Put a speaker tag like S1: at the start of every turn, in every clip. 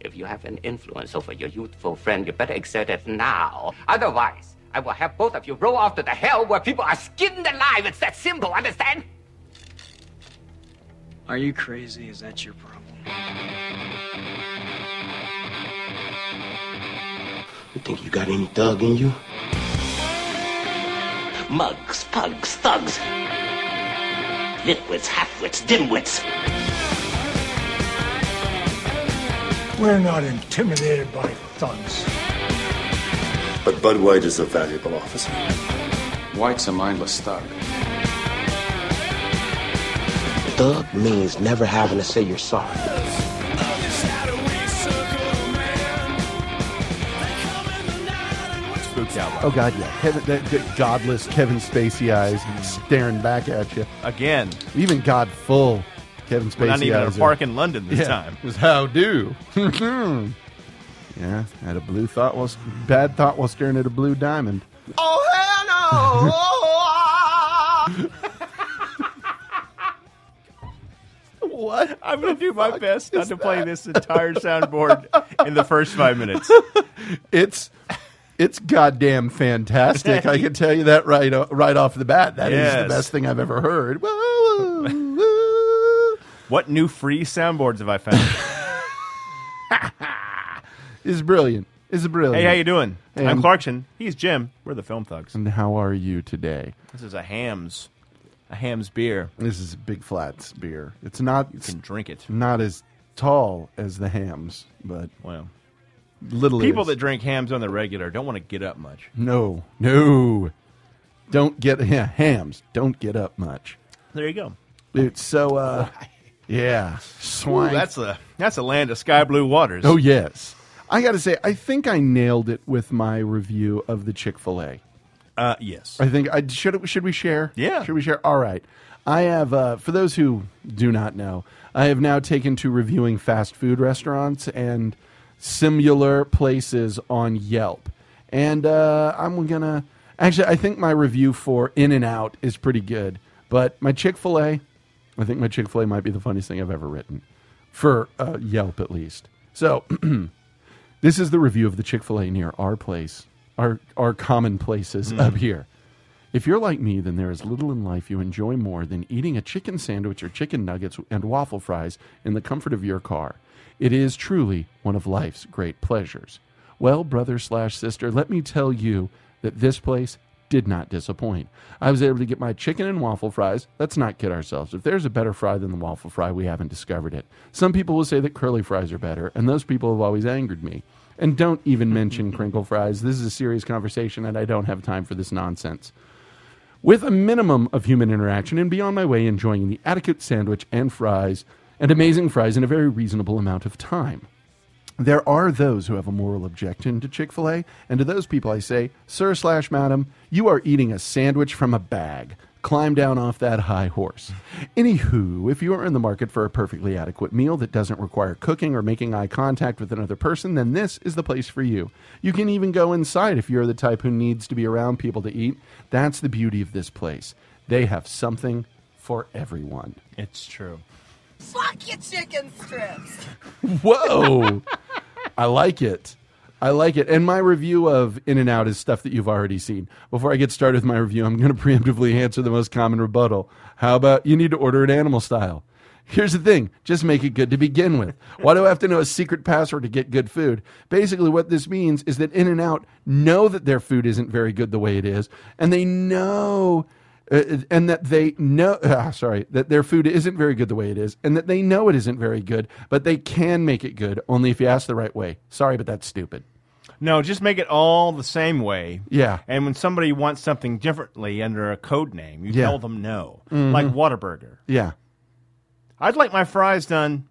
S1: If you have an influence over your youthful friend, you better exert it now. Otherwise, I will have both of you roll off to the hell where people are skinned alive. It's that simple, understand?
S2: Are you crazy? Is that your problem?
S3: You think you got any thug in you?
S4: Mugs, pugs, thugs. Litwits, halfwits, dimwits.
S5: We're not intimidated by thugs.
S6: But Bud White is a valuable officer.
S7: White's a mindless thug.
S3: Thug means never having to say you're sorry.
S8: Spooked out.
S9: Oh God, yeah, Kevin, that, that godless Kevin Spacey eyes staring back at you.
S8: Again,
S9: Even God full Kevin Spacey
S8: we're not even in a
S9: eyes are-
S8: park in London this
S9: yeah,
S8: time.
S9: it was how do. yeah, had a blue thought while bad thought while staring at a blue diamond. What?
S8: I'm going to do my best not to play this entire soundboard in the first five minutes.
S9: It's it's goddamn fantastic. I can tell you that right o- right off the bat. That is
S8: Yes.
S9: the best thing I've ever heard. Woo, woo, woo.
S8: What new free soundboards have I found?
S9: It's brilliant. It's brilliant.
S8: hey, how you doing?
S9: Hey,
S8: I'm
S9: I'm-
S8: Clarkson. He's Jim. We're the Film Thugs.
S9: and how are you today?
S8: This is a Hams, a Hams beer.
S9: This is Big Flats beer. It's not
S8: You can drink it.
S9: not as tall as the hams, but
S8: Well,
S9: little
S8: people
S9: is.
S8: that drink Hams on the regular don't want to get up much.
S9: No, no. Don't get yeah, hams. Don't get up much.
S8: There you go.
S9: It's so uh yeah.
S8: Ooh,
S9: Swank.
S8: that's a that's a land of sky blue waters.
S9: oh yes. I got to say I think I nailed it with my review of the Chick-fil-A.
S8: uh, yes.
S9: I think I should it- should we share?
S8: Yeah.
S9: Should we share? All right. I have uh, for those who do not know, I have now taken to reviewing fast food restaurants and similar places on Yelp. And uh, I'm gonna actually I think my review for In and Out is pretty good, but my Chick fil A I think my Chick fil A might be the funniest thing I've ever written. For uh, Yelp at least. So this is the review of the Chick fil A near our place, our, our common places up here. If you're like me, then there is little in life you enjoy more than eating a chicken sandwich or chicken nuggets and waffle fries in the comfort of your car. It is truly one of life's great pleasures. Well, brother slash sister, let me tell you that this place did not disappoint. I was able to get my chicken and waffle fries. Let's not kid ourselves. If there's a better fry than the waffle fry, we haven't discovered it. Some people will say that curly fries are better, and those people have always angered me. And don't even mention crinkle fries. This is a serious conversation, and I don't have time for this nonsense. With a minimum of human interaction and be on my way enjoying the adequate sandwich and fries and amazing fries in a very reasonable amount of time. There are those who have a moral objection to Chick fil A, and to those people I say, Sir slash madam, you are eating a sandwich from a bag. Climb down off that high horse. Anywho, if you are in the market for a perfectly adequate meal that doesn't require cooking or making eye contact with another person, then this is the place for you. You can even go inside if you're the type who needs to be around people to eat. That's the beauty of this place. They have something for everyone.
S8: It's true.
S10: Fuck your chicken strips.
S9: Whoa. I like it. I like it. And my review of In and Out is stuff that you've already seen. Before I get started with my review, I'm going to preemptively answer the most common rebuttal. How about you need to order it animal style? Here's the thing just make it good to begin with. Why do I have to know a secret password to get good food? Basically, what this means is that In and Out know that their food isn't very good the way it is, and they know uh, and that they know ah, sorry that their food isn't very good the way it is and that they know it isn't very good but they can make it good only if you ask the right way sorry but that's stupid
S8: No, just make it all the same way.
S9: Yeah.
S8: And when somebody wants something differently under a code name, you
S9: Yeah. Mm-hmm.
S8: tell them no. Like Whataburger.
S9: yeah
S8: I'd like my fries done.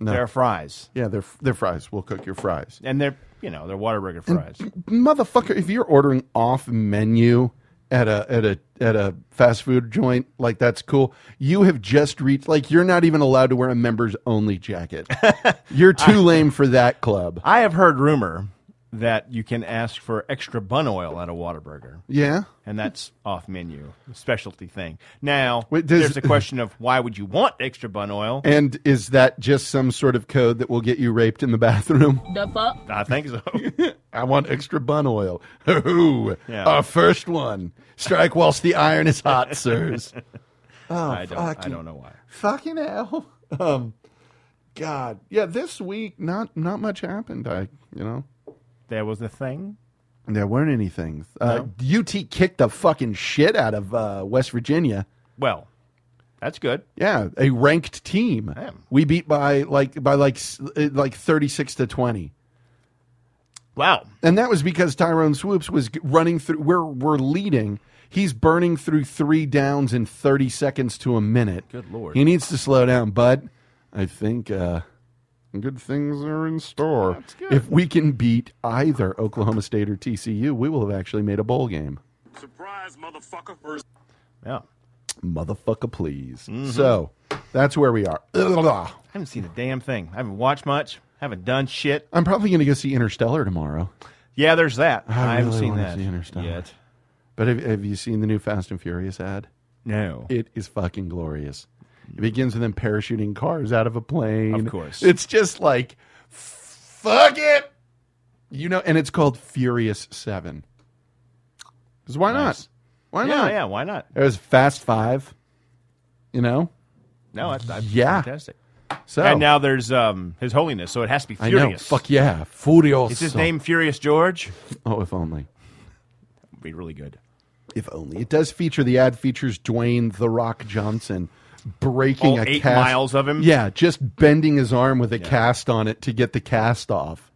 S9: No.
S8: They're fries.
S9: yeah they're, they're fries we'll cook your fries
S8: And they're, you know, they're Whataburger fries.
S9: motherfucker if you're ordering off menu at a at a at a fast food joint like that's cool you have just reached like you're not even allowed to wear a members only jacket you're too lame for that club
S8: I have heard rumor
S11: that you can ask for extra bun oil at a Whataburger.
S9: Yeah.
S11: And that's off menu, a specialty thing. Now,
S9: Wait, does-
S11: there's a question of why would you want extra bun oil?
S9: And is that just some sort of code that will get you raped in the bathroom?
S10: The fuck?
S11: I think so.
S9: I want extra bun oil. Hoo-hoo.
S11: Yeah.
S9: Our first one. Strike whilst the iron is hot, sirs. Oh,
S11: I don't. I don't know why.
S9: Fucking hell. Um, God. Yeah, this week not not much happened. I you know.
S11: There was a thing.
S9: There weren't any things. Uh, UT kicked the fucking shit out of uh, West Virginia.
S11: Well, that's good.
S9: Yeah, a ranked team.
S11: Damn.
S9: We beat by like by like s- uh, like thirty six to twenty.
S11: Wow.
S9: And that was because Tyrone Swoops was g- running through. We're, we're leading. He's burning through three downs in 30 seconds to a minute.
S11: Good lord.
S9: He needs to slow down, bud. I think uh, good things are in store. If we can beat either Oklahoma State or TCU, we will have actually made a bowl game.
S11: Yeah.
S9: Motherfucker, please.
S11: Mm-hmm.
S9: So that's where we are. Ugh.
S11: I haven't seen a damn thing. I haven't watched much. Haven't done shit.
S9: I'm probably going to go see Interstellar tomorrow.
S11: Yeah, there's that.
S9: I
S11: haven't
S9: really
S11: seen
S9: wanna
S11: that
S9: see Interstellar.
S11: yet.
S9: But have, have you seen the new Fast and Furious ad?
S11: No.
S9: It is fucking glorious. It begins with them parachuting cars out of a plane.
S11: Of course.
S9: It's just like, fuck it. You know, and it's called Furious 7. Because why
S11: Nice.
S9: not? Why
S11: yeah,
S9: not?
S11: yeah. Why not?
S9: It was Fast Five, you know?
S11: No, that's, that's
S9: Yeah.
S11: fantastic.
S9: So,
S11: And now there's um, His Holiness, so it has to be
S9: Oh. I
S11: Furious.
S9: know. Fuck yeah. Furious.
S11: Is his name Furious George?
S9: Oh, if only.
S11: That'd be really good.
S9: If only. It does feature the ad features Dwayne The Rock Johnson breaking
S11: All
S9: a
S11: Oh, eight
S9: cast.
S11: miles of him.
S9: Yeah, just bending his arm with a cast on it to get the cast off,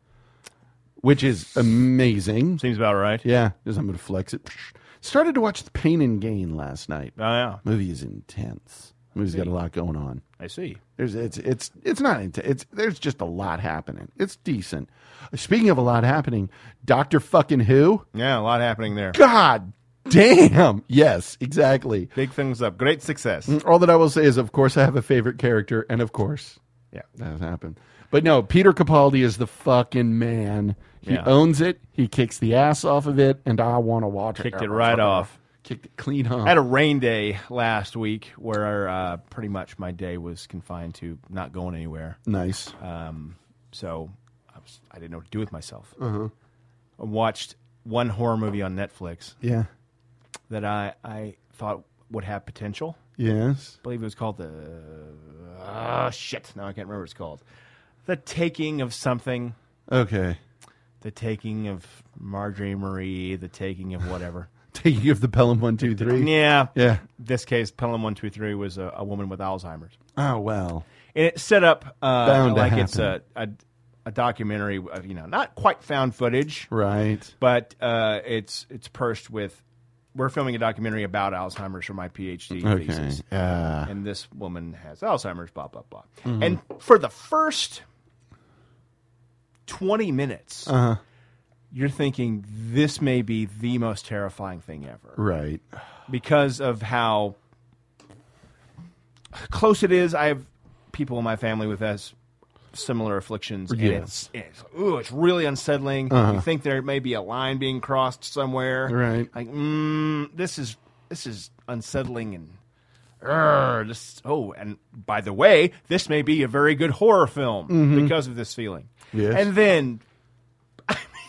S9: which is amazing.
S11: Seems about right.
S9: Yeah, just I'm going to flex it. Started to watch The Pain and Gain last night.
S11: Oh, yeah.
S9: Movie is intense. Movie's got a lot going on.
S11: I see.
S9: There's it's it's it's not intense. It's there's just a lot happening. It's decent. Speaking of a lot happening, Doctor Fucking Who.
S11: Yeah, a lot happening there.
S9: God damn. Yes, exactly.
S11: Big things up. Great success.
S9: All that I will say is, of course, I have a favorite character, and of course,
S11: Yeah.
S9: that happened. But no, Peter Capaldi is the fucking man. He
S11: Yeah.
S9: owns it. He kicks the ass off of it, and I want to watch it.
S11: Kicked it right off.
S9: Kicked it clean off.
S11: I had a rain day last week where uh, pretty much my day was confined to not going anywhere.
S9: nice.
S11: Uh, So I, was, I didn't know what to do with myself.
S9: Mm-hmm.
S11: I watched one horror movie on Netflix
S9: yeah.
S11: that I, I thought would have potential.
S9: Yes.
S11: I believe it was called the. Oh, shit. Now I can't remember what it's called. The Taking of Something.
S9: Okay.
S11: The Taking of Marjorie Marie. The Taking of whatever.
S9: Taking of the Pelham one two three.
S11: yeah.
S9: Yeah.
S11: This case, Pelham 123 was a, a woman with Alzheimer's.
S9: Oh well.
S11: and it's set up uh,
S9: Bound to
S11: like it's a,
S9: happen.
S11: a a documentary. Of, you know, not quite found footage,
S9: Right.
S11: but uh, it's it's perched with. We're filming a documentary about Alzheimer's for my PhD
S9: Okay.
S11: thesis,
S9: Ah.
S11: and this woman has Alzheimer's. Blah blah blah. And for the first twenty minutes,
S9: Uh-huh.
S11: you're thinking this may be the most terrifying thing ever
S9: Right.
S11: because of how close it is. I have people in my family with us similar afflictions, and
S9: Yes.
S11: it's, it's ooh, it's really unsettling. You think there may be a line being crossed somewhere,
S9: Uh-huh. Right.
S11: Like, mm, this is this is unsettling and. Urgh, this, oh, and by the way, this may be a very good horror film because of this feeling.
S9: Mm-hmm. Yes.
S11: And then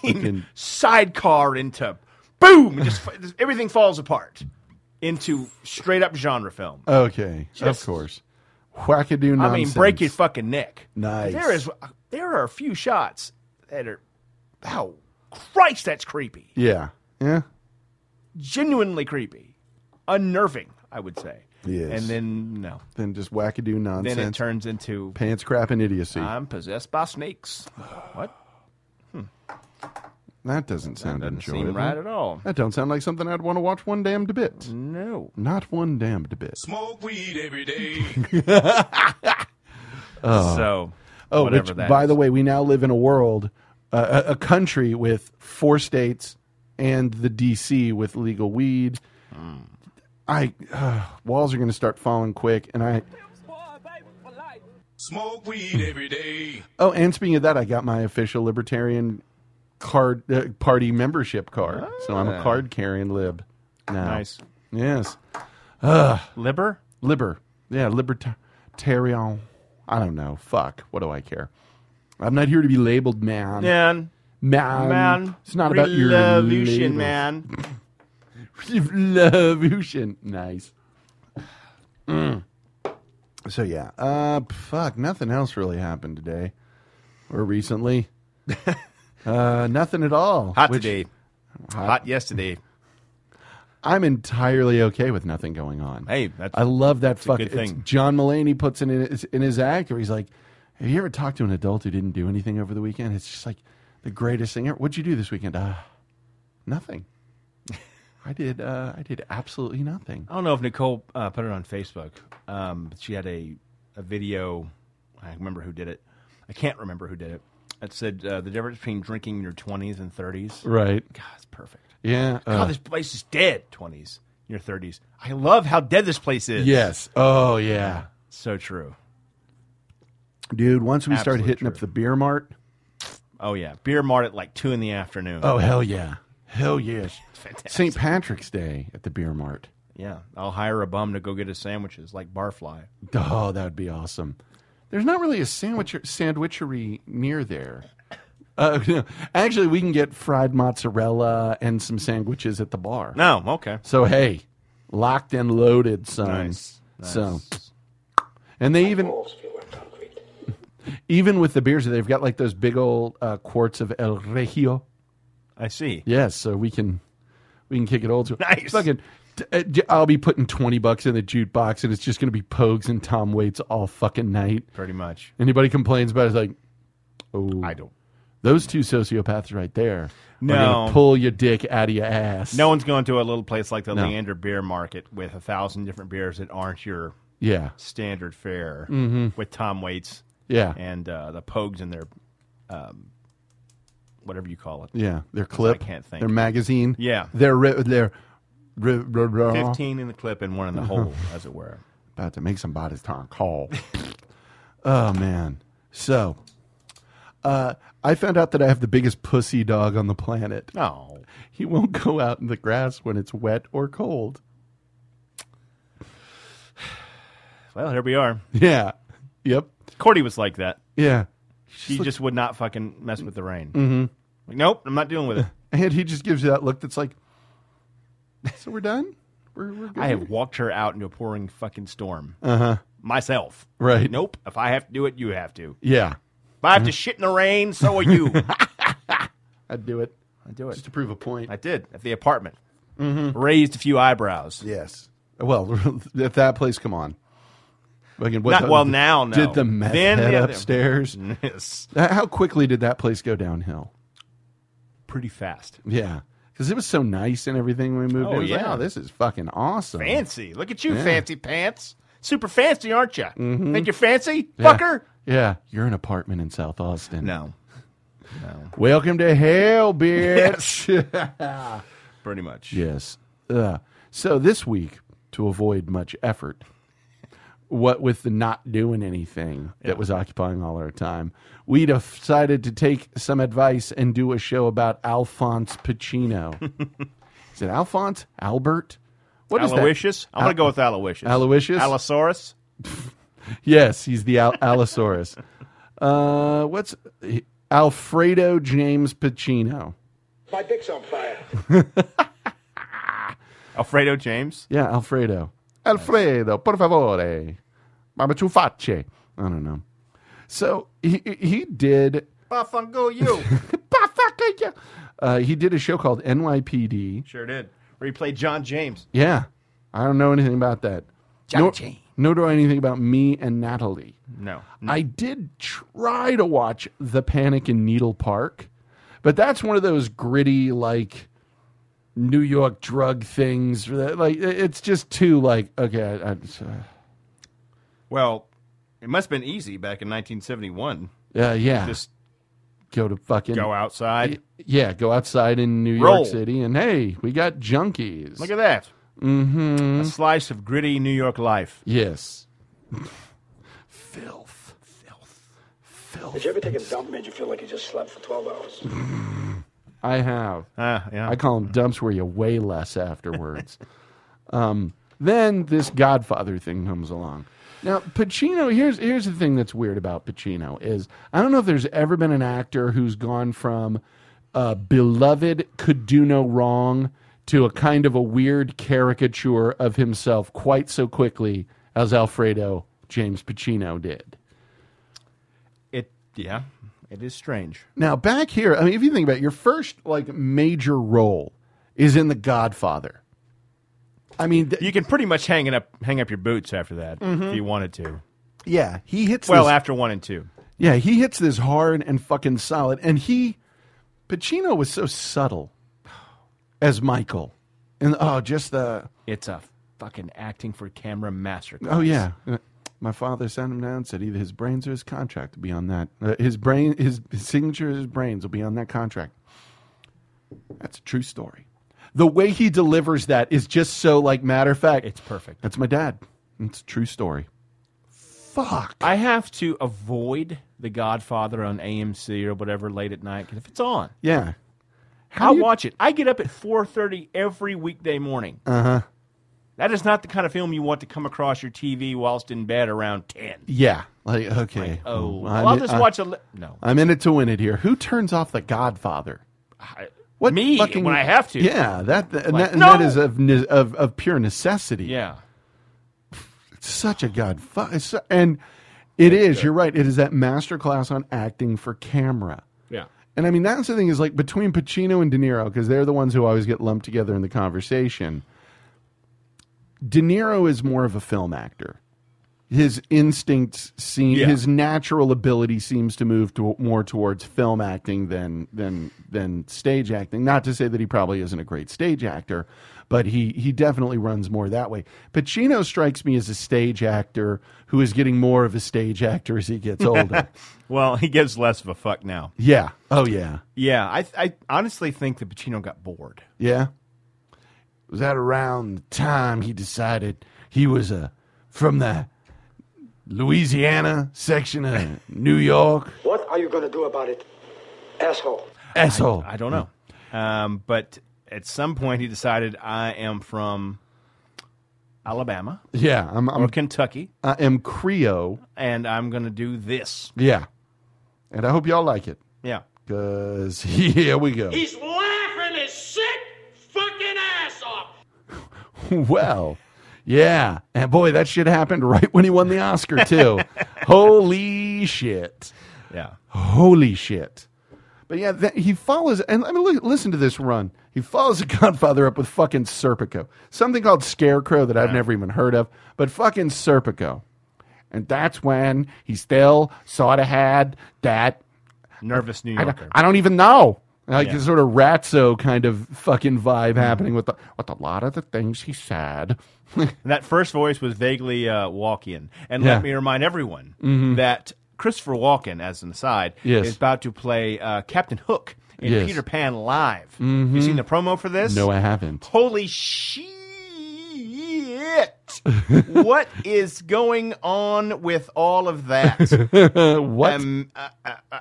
S9: Fucking-
S11: sidecar into boom, and just everything falls apart into straight up genre film.
S9: Okay.
S11: Just-
S9: of course. Whackadoo nonsense.
S11: I mean, break your fucking neck.
S9: Nice.
S11: There is there are a few shots that are oh Christ, that's creepy.
S9: Yeah. Yeah.
S11: Genuinely creepy, unnerving. I would say.
S9: Yes.
S11: And then no,
S9: Then just wackadoo nonsense.
S11: then it turns into
S9: Pants crap and idiocy.
S11: I'm possessed by snakes. What?
S9: that doesn't sound
S11: Doesn't
S9: enjoyable.
S11: seem right at all. Mm.
S9: That don't sound like something I'd want to watch one damned bit.
S11: No.
S9: Not one damned bit.
S7: Smoke weed every day.
S11: So.
S9: Oh,
S11: whatever
S9: which,
S11: that
S9: by
S11: is.
S9: the way, we now live in a world, uh, a, a country with four states and the D.C. with legal weed.
S11: Hmm.
S9: I uh, walls are going to start falling quick, and I.
S7: Smoke weed every day.
S9: Oh, and speaking of that, I got my official libertarian card uh, party membership card. So I'm a card carrying lib. Now.
S11: Ah. Nice.
S9: Yes.
S11: Liber?
S9: Liber. Yeah, libertarian. I don't know. Fuck. What do I care? I'm not here to be labeled man.
S11: Man.
S9: Man.
S11: Man.
S9: It's not about your labels.
S11: Revolution, man.
S9: Revolution. Nice. Mm. So yeah, uh, fuck. Nothing else really happened today or recently. uh, nothing at all.
S11: Hot
S9: which
S11: today. Hot. yesterday.
S9: I'm entirely okay with nothing going on.
S11: Hey, that's-
S9: I love that
S11: a
S9: fucking
S11: good thing.
S9: it's- John Mulaney puts it in his, in his act where he's like, "Have you ever talked to an adult who didn't do anything over the weekend?" It's just like the greatest thing. ever. What'd you do this weekend? Uh, nothing. I did. Uh, I did absolutely nothing.
S11: I don't know if Nicole uh, put it on Facebook, um, but she had a, a video. I remember who did it. I can't remember who did it. It said uh, the difference between drinking in your 20s and 30s.
S9: Right.
S11: God, it's perfect.
S9: Yeah.
S11: God,
S9: uh,
S11: this place is dead. 20s, your 30s. I love how dead this place is.
S9: yes. Oh yeah,
S11: So true.
S9: dude. Once we start
S11: Absolute
S9: hitting up
S11: truth.
S9: the beer mart.
S11: Oh, yeah. Beer mart at like 2 in the afternoon.
S9: Oh hell yeah. Hell yes. St. Patrick's Day at the beer mart.
S11: Yeah. I'll hire a bum to go get us sandwiches like Barfly.
S9: Oh, that would be awesome. There's not really a sandwich sandwichery near there. Uh, no. Actually, we can get fried mozzarella and some sandwiches at the bar.
S11: No, okay.
S9: So hey, locked and loaded, son.
S11: Nice.
S9: So, and they even even with the beers, they've got like those big old uh, quarts of El Regio.
S11: I see.
S9: Yes, so we can we can kick it old school.
S11: Nice.
S9: Fucking, t- uh, j- I'll be putting twenty bucks in the jute box, and it's just going to be Pogues and Tom Waits all fucking night.
S11: Pretty much.
S9: Anybody complains about it, it's like, oh,
S11: I don't.
S9: Those two sociopaths right there.
S11: No.
S9: are gonna pull your dick out of your ass.
S11: No one's going to a little place like the
S9: No.
S11: Leander Beer Market with a thousand different beers that aren't your
S9: Yeah.
S11: standard fare with Tom Waits
S9: Mm-hmm. Yeah.
S11: and uh, the Pogues and their um, whatever you call it.
S9: yeah. Their clip.
S11: can't think.
S9: Their magazine.
S11: Yeah.
S9: Their ri- their. ri- ri- ri-
S11: 15 in the clip and one in the hole, as it were.
S9: about to make somebody's time call. oh man. So uh, I found out that I have the biggest pussy dog on the planet.
S11: No.
S9: He won't go out in the grass when it's wet or cold.
S11: Well, here we are.
S9: Yeah. Yep.
S11: Cordy was like that.
S9: Yeah.
S11: She just would not fucking mess with the rain. Mm-hmm. Like, nope, I'm not dealing with it.
S9: And he just gives you that look that's like So we're done? We're we're good.
S11: I
S9: here?"
S11: have walked her out into a pouring fucking storm. Uh huh. Myself.
S9: Uh-huh. Right. Mm-hmm.
S11: Nope. If I have to do it, you have to.
S9: Yeah.
S11: If I have to shit in the rain, so will you. I
S9: I'd do it.
S11: do
S9: Just to prove a point.
S11: I did at the apartment. Raised a few eyebrows.
S9: yes. Well, at that place, come on. Again, what
S11: Not-
S9: the-
S11: well, now, no.
S9: Did the meth
S11: Then
S9: head
S11: the other-
S9: upstairs?
S11: Yes.
S9: How quickly did that place go downhill?
S11: Pretty fast.
S9: Yeah, because it was so nice and everything when we moved.
S11: Oh,
S9: in. It was like,
S11: yeah.
S9: oh, this is fucking awesome.
S11: Fancy. Look at you,
S9: Mm. Yeah. Mm-hmm.
S11: fancy pants. Super fancy, aren't you? Think you're fancy,
S9: Yeah.
S11: fucker?
S9: Yeah, you're an apartment in South Austin.
S11: No.
S9: Welcome to hell, bitch. Yes.
S11: Pretty much.
S9: Uh, so this week, to avoid much effort, what with the not doing anything that was occupying all our time, we decided to take some advice and do a show about Alphonse Pacino. is it Alphonse? Albert? What is that?
S11: Aloysius? I'm going
S9: Al-
S11: to go with Aloysius.
S9: Aloysius?
S11: Allosaurus?
S9: Yes, he's the Al- Allosaurus. uh, what's Alfredo James Pacino?
S5: My dick's on fire.
S11: Alfredo James?
S9: Yeah, Alfredo. Alfredo, por favore. Mama tu facce. I don't know. So he he did.
S11: Buffango, you.
S9: Uh, he did a show called NYPD.
S11: sure did. Where he played John James.
S9: Yeah, I don't know anything about that.
S11: John
S9: nor,
S11: Jay.
S9: nor do I know anything about me and Natalie.
S11: No.
S9: I did try to watch The Panic in Needle Park, but that's one of those gritty like New York drug things. that- Like it's just too like okay. I, uh, I,
S11: Well, it must have been easy back in 1971.
S9: uh, yeah,
S11: Just
S9: go to fucking
S11: go outside.
S9: Yeah, go outside in New
S11: Roll.
S9: York City, and hey, we got junkies.
S11: Look at that. Mm-hmm. A slice of gritty New York life.
S9: yes, filth, filth, filth.
S5: Did you ever take a dump made you feel like you just slept for 12 hours?
S9: I have.
S11: Ah, yeah.
S9: I call them dumps where you weigh less afterwards. um, then this Godfather thing comes along. Now, Pacino, here's here's the thing that's weird about Pacino is I don't know if there's ever been an actor who's gone from uh, beloved could do no wrong to a kind of a weird caricature of himself quite so quickly as Alfredo James Pacino did.
S11: It yeah, it is strange.
S9: Now back here, I mean, if you think about it, your first like major role is in The Godfather. I mean, th-
S11: You can pretty much hang it up, hang up your boots after that if you wanted to.
S9: yeah, he hits.
S11: Well,
S9: Mm-hmm. this,
S11: after one and two,
S9: yeah, he hits this hard and fucking solid, and he, Pacino was so subtle as Michael, and oh, just the
S11: it's a fucking acting for camera masterclass.
S9: oh yeah. My father sent him down and said either his brains or his contract will be on that. Uh, his brain, his, his signature, his brains will be on that contract. That's a true story. The way he delivers that is just so like matter of fact.
S11: it's perfect.
S9: That's my dad. It's a true story. Fuck.
S11: I have to avoid The Godfather on AMC or whatever late at night 'cause if it's on,
S9: yeah. How
S11: I'll
S9: do you-
S11: watch it. I get up at four thirty every weekday morning. Uh huh.
S9: Uh-huh.
S11: That is not the kind of film you want to come across your TV whilst in bed around ten.
S9: Yeah. Like okay.
S11: Oh,
S9: I'm
S11: well, I'll
S9: in-
S11: just
S9: I-
S11: watch a li- no.
S9: I'm in it to win it here. Who turns off the Godfather? What
S11: me
S9: fucking-
S11: when I have to?
S9: Yeah, that and,
S11: Like,
S9: that, and
S11: no!
S9: that is of, ne- of of pure necessity.
S11: yeah.
S9: It's such a god fu- it's so- and it is, You're right. It is that masterclass on acting for camera.
S11: Yeah.
S9: And I mean, that's the thing is like between Pacino and De Niro, because they're the ones who always get lumped together in the conversation. De Niro is more of a film actor. His instincts seem,
S11: Yeah.
S9: his natural ability seems to move to, more towards film acting than than than stage acting. Not to say that he probably isn't a great stage actor, but he he definitely runs more that way. Pacino strikes me as a stage actor who is getting more of a stage actor as he gets older.
S11: Well, he gives less of a fuck now.
S9: yeah. Oh yeah.
S11: Yeah, I, I honestly think that Pacino got bored.
S9: Yeah. It was that around the time he decided he was uh, from the Louisiana section of New York.
S5: What are you gonna do about it, asshole?
S9: Asshole.
S11: I don't know. Um, but at some point, he decided I am from Alabama
S9: Yeah, I'm
S11: or
S9: I'm
S11: Kentucky,
S9: I am Creo.
S11: and I'm going to do this.
S9: Yeah. And I hope y'all like it.
S11: Yeah.
S9: Cause here we go.
S4: He's laughing his sick fucking ass off.
S9: well, yeah. And boy, that shit happened right when he won the Oscar too. Holy shit.
S11: Yeah.
S9: Holy shit. But yeah, that, he follows, and I mean, look, listen to this run. He follows the Godfather up with fucking Serpico, something called Scarecrow that I've never even heard of, but fucking Serpico. And that's when he still sort of had that.
S11: Nervous New
S9: I don't,
S11: Yorker.
S9: I don't even know. Like
S11: Yeah. Mm-hmm.
S9: this sort of ratso kind of fucking vibe happening with the, with a lot of the things he said.
S11: And that first voice was vaguely uh, Walkian. And
S9: Yeah. Mm-hmm.
S11: let me remind everyone that Christopher Walken, as an aside,
S9: Yes.
S11: is about to play uh, Captain Hook in
S9: Yes. Mm-hmm.
S11: Peter Pan Live. You seen the promo for this?
S9: no, I haven't.
S11: Holy shit! what is going on with all of that?
S9: what?
S11: Um, uh, uh, uh,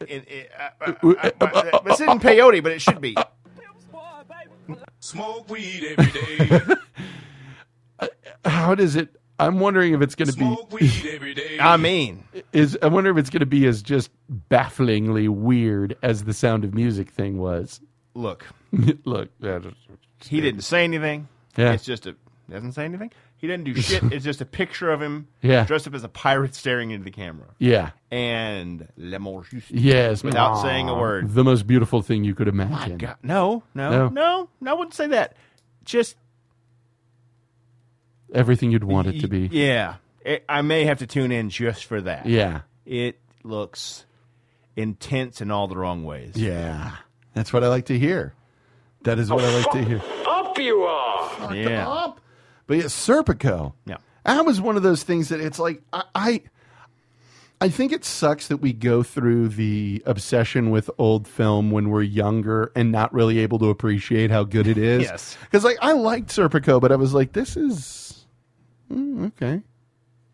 S11: it- it- uh, uh, uh, uh, This isn't peyote, but it should
S9: uh,
S11: be.
S7: Smoke weed every day.
S9: How does it? I'm wondering if it's going to be.
S7: Smoke weed every day.
S11: I mean,
S9: is I wonder if it's going to be as just bafflingly weird as the Sound of Music thing was.
S11: look,
S9: Look, that is-
S11: he didn't say anything.
S9: Yeah.
S11: It's just a doesn't say anything. He didn't do shit. It's just a picture of him
S9: Yeah.
S11: dressed up as a pirate staring into the camera.
S9: yeah,
S11: And Lemore Houston.
S9: yes,
S11: Without
S9: aw,
S11: saying a word.
S9: the most beautiful thing you could imagine.
S11: God, no,
S9: No.
S11: no, no, no, I wouldn't say that. Just
S9: Everything you'd want it to be.
S11: Yeah. It, I may have to tune in just for that.
S9: Yeah,
S11: It looks intense in all the wrong ways.
S9: yeah, that's what I like to hear. That is what I
S11: Oh.
S9: like to hear.
S5: Up you are!
S11: Yeah.
S9: Up. But yeah, Serpico.
S11: Yeah.
S9: That was one of those things that it's like I, I I think it sucks that we go through the obsession with old film when we're younger and not really able to appreciate how good it is.
S11: Yes.
S9: Because like I liked Serpico, but I was like, this is mm, okay.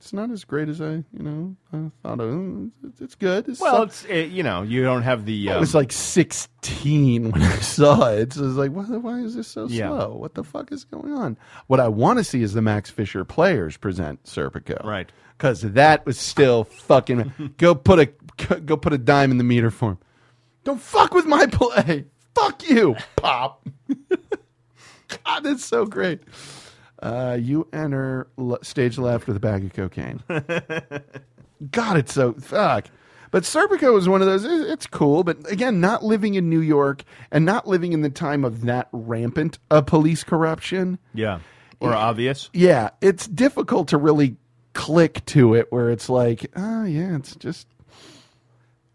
S9: it's not as great as I, you know, I thought. Of. It's, it's good. It's
S11: Well,
S9: some-
S11: it's it, you know you don't have the
S9: I
S11: um,
S9: was like 16 when I saw it. So I was like, why, why is this so
S11: Yeah.
S9: slow? What the fuck is going on? What I want to see is the Max Fisher players present Serpico.
S11: um, Right.
S9: Because that was still fucking. go put a go put a dime in the meter for him. Don't fuck with my play. Fuck you, Pop. God, that's so great. Uh, you enter le- stage left with a bag of cocaine. God, it's so fuck. But Serpico is one of those. it- It's cool, but again, not living in New York and not living in the time of that rampant uh, police corruption.
S11: yeah or obvious.
S9: Yeah, it's difficult to really click to it where it's like, oh yeah, it's just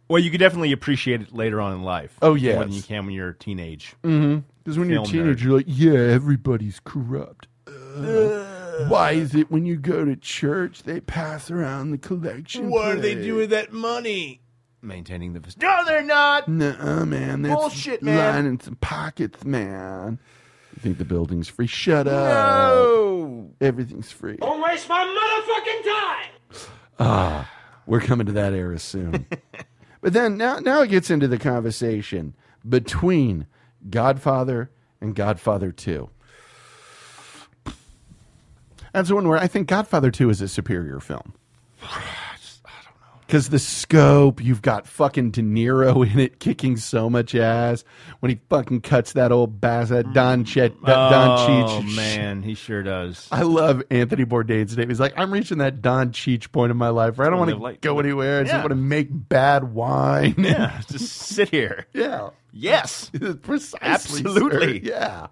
S11: Well, you could definitely appreciate it later on in life.
S9: Oh,
S11: yeah,
S9: yes.
S11: more than you can when you're a teenage.
S9: because when you're
S11: Film
S9: a teenager,
S11: nerd.
S9: you're like, yeah, everybody's corrupt. Ugh. Why is it when you go to church they pass around the collection? plate?
S11: that money? Maintaining the facility. No, they're not.
S9: Nuh-uh, man. That's
S11: Bullshit, man.
S9: Lining some pockets, man. You think the building's free? Shut up.
S11: No.
S9: Everything's free.
S4: Don't waste my motherfucking time!
S9: Ah, We're coming to that era soon. but then now, now it gets into the conversation between Godfather and Godfather 2. That's the one where I think Godfather 2 is a superior film. Because the scope, you've got fucking De Niro in it kicking so much ass when he fucking cuts that old bass, that Don Chet, that
S11: oh
S9: Don Cheech.
S11: man, he sure does.
S9: I love Anthony Bourdain's name. He's like, I'm reaching that Don Cheech point in my life where I don't
S11: Wanna
S9: want
S11: live
S9: to
S11: life.
S9: go anywhere. I just
S11: Yeah.
S9: want to make bad wine.
S11: Yeah, just sit here.
S9: yeah.
S11: Yes,
S9: Precisely.
S11: Absolutely.
S9: sir. Yeah.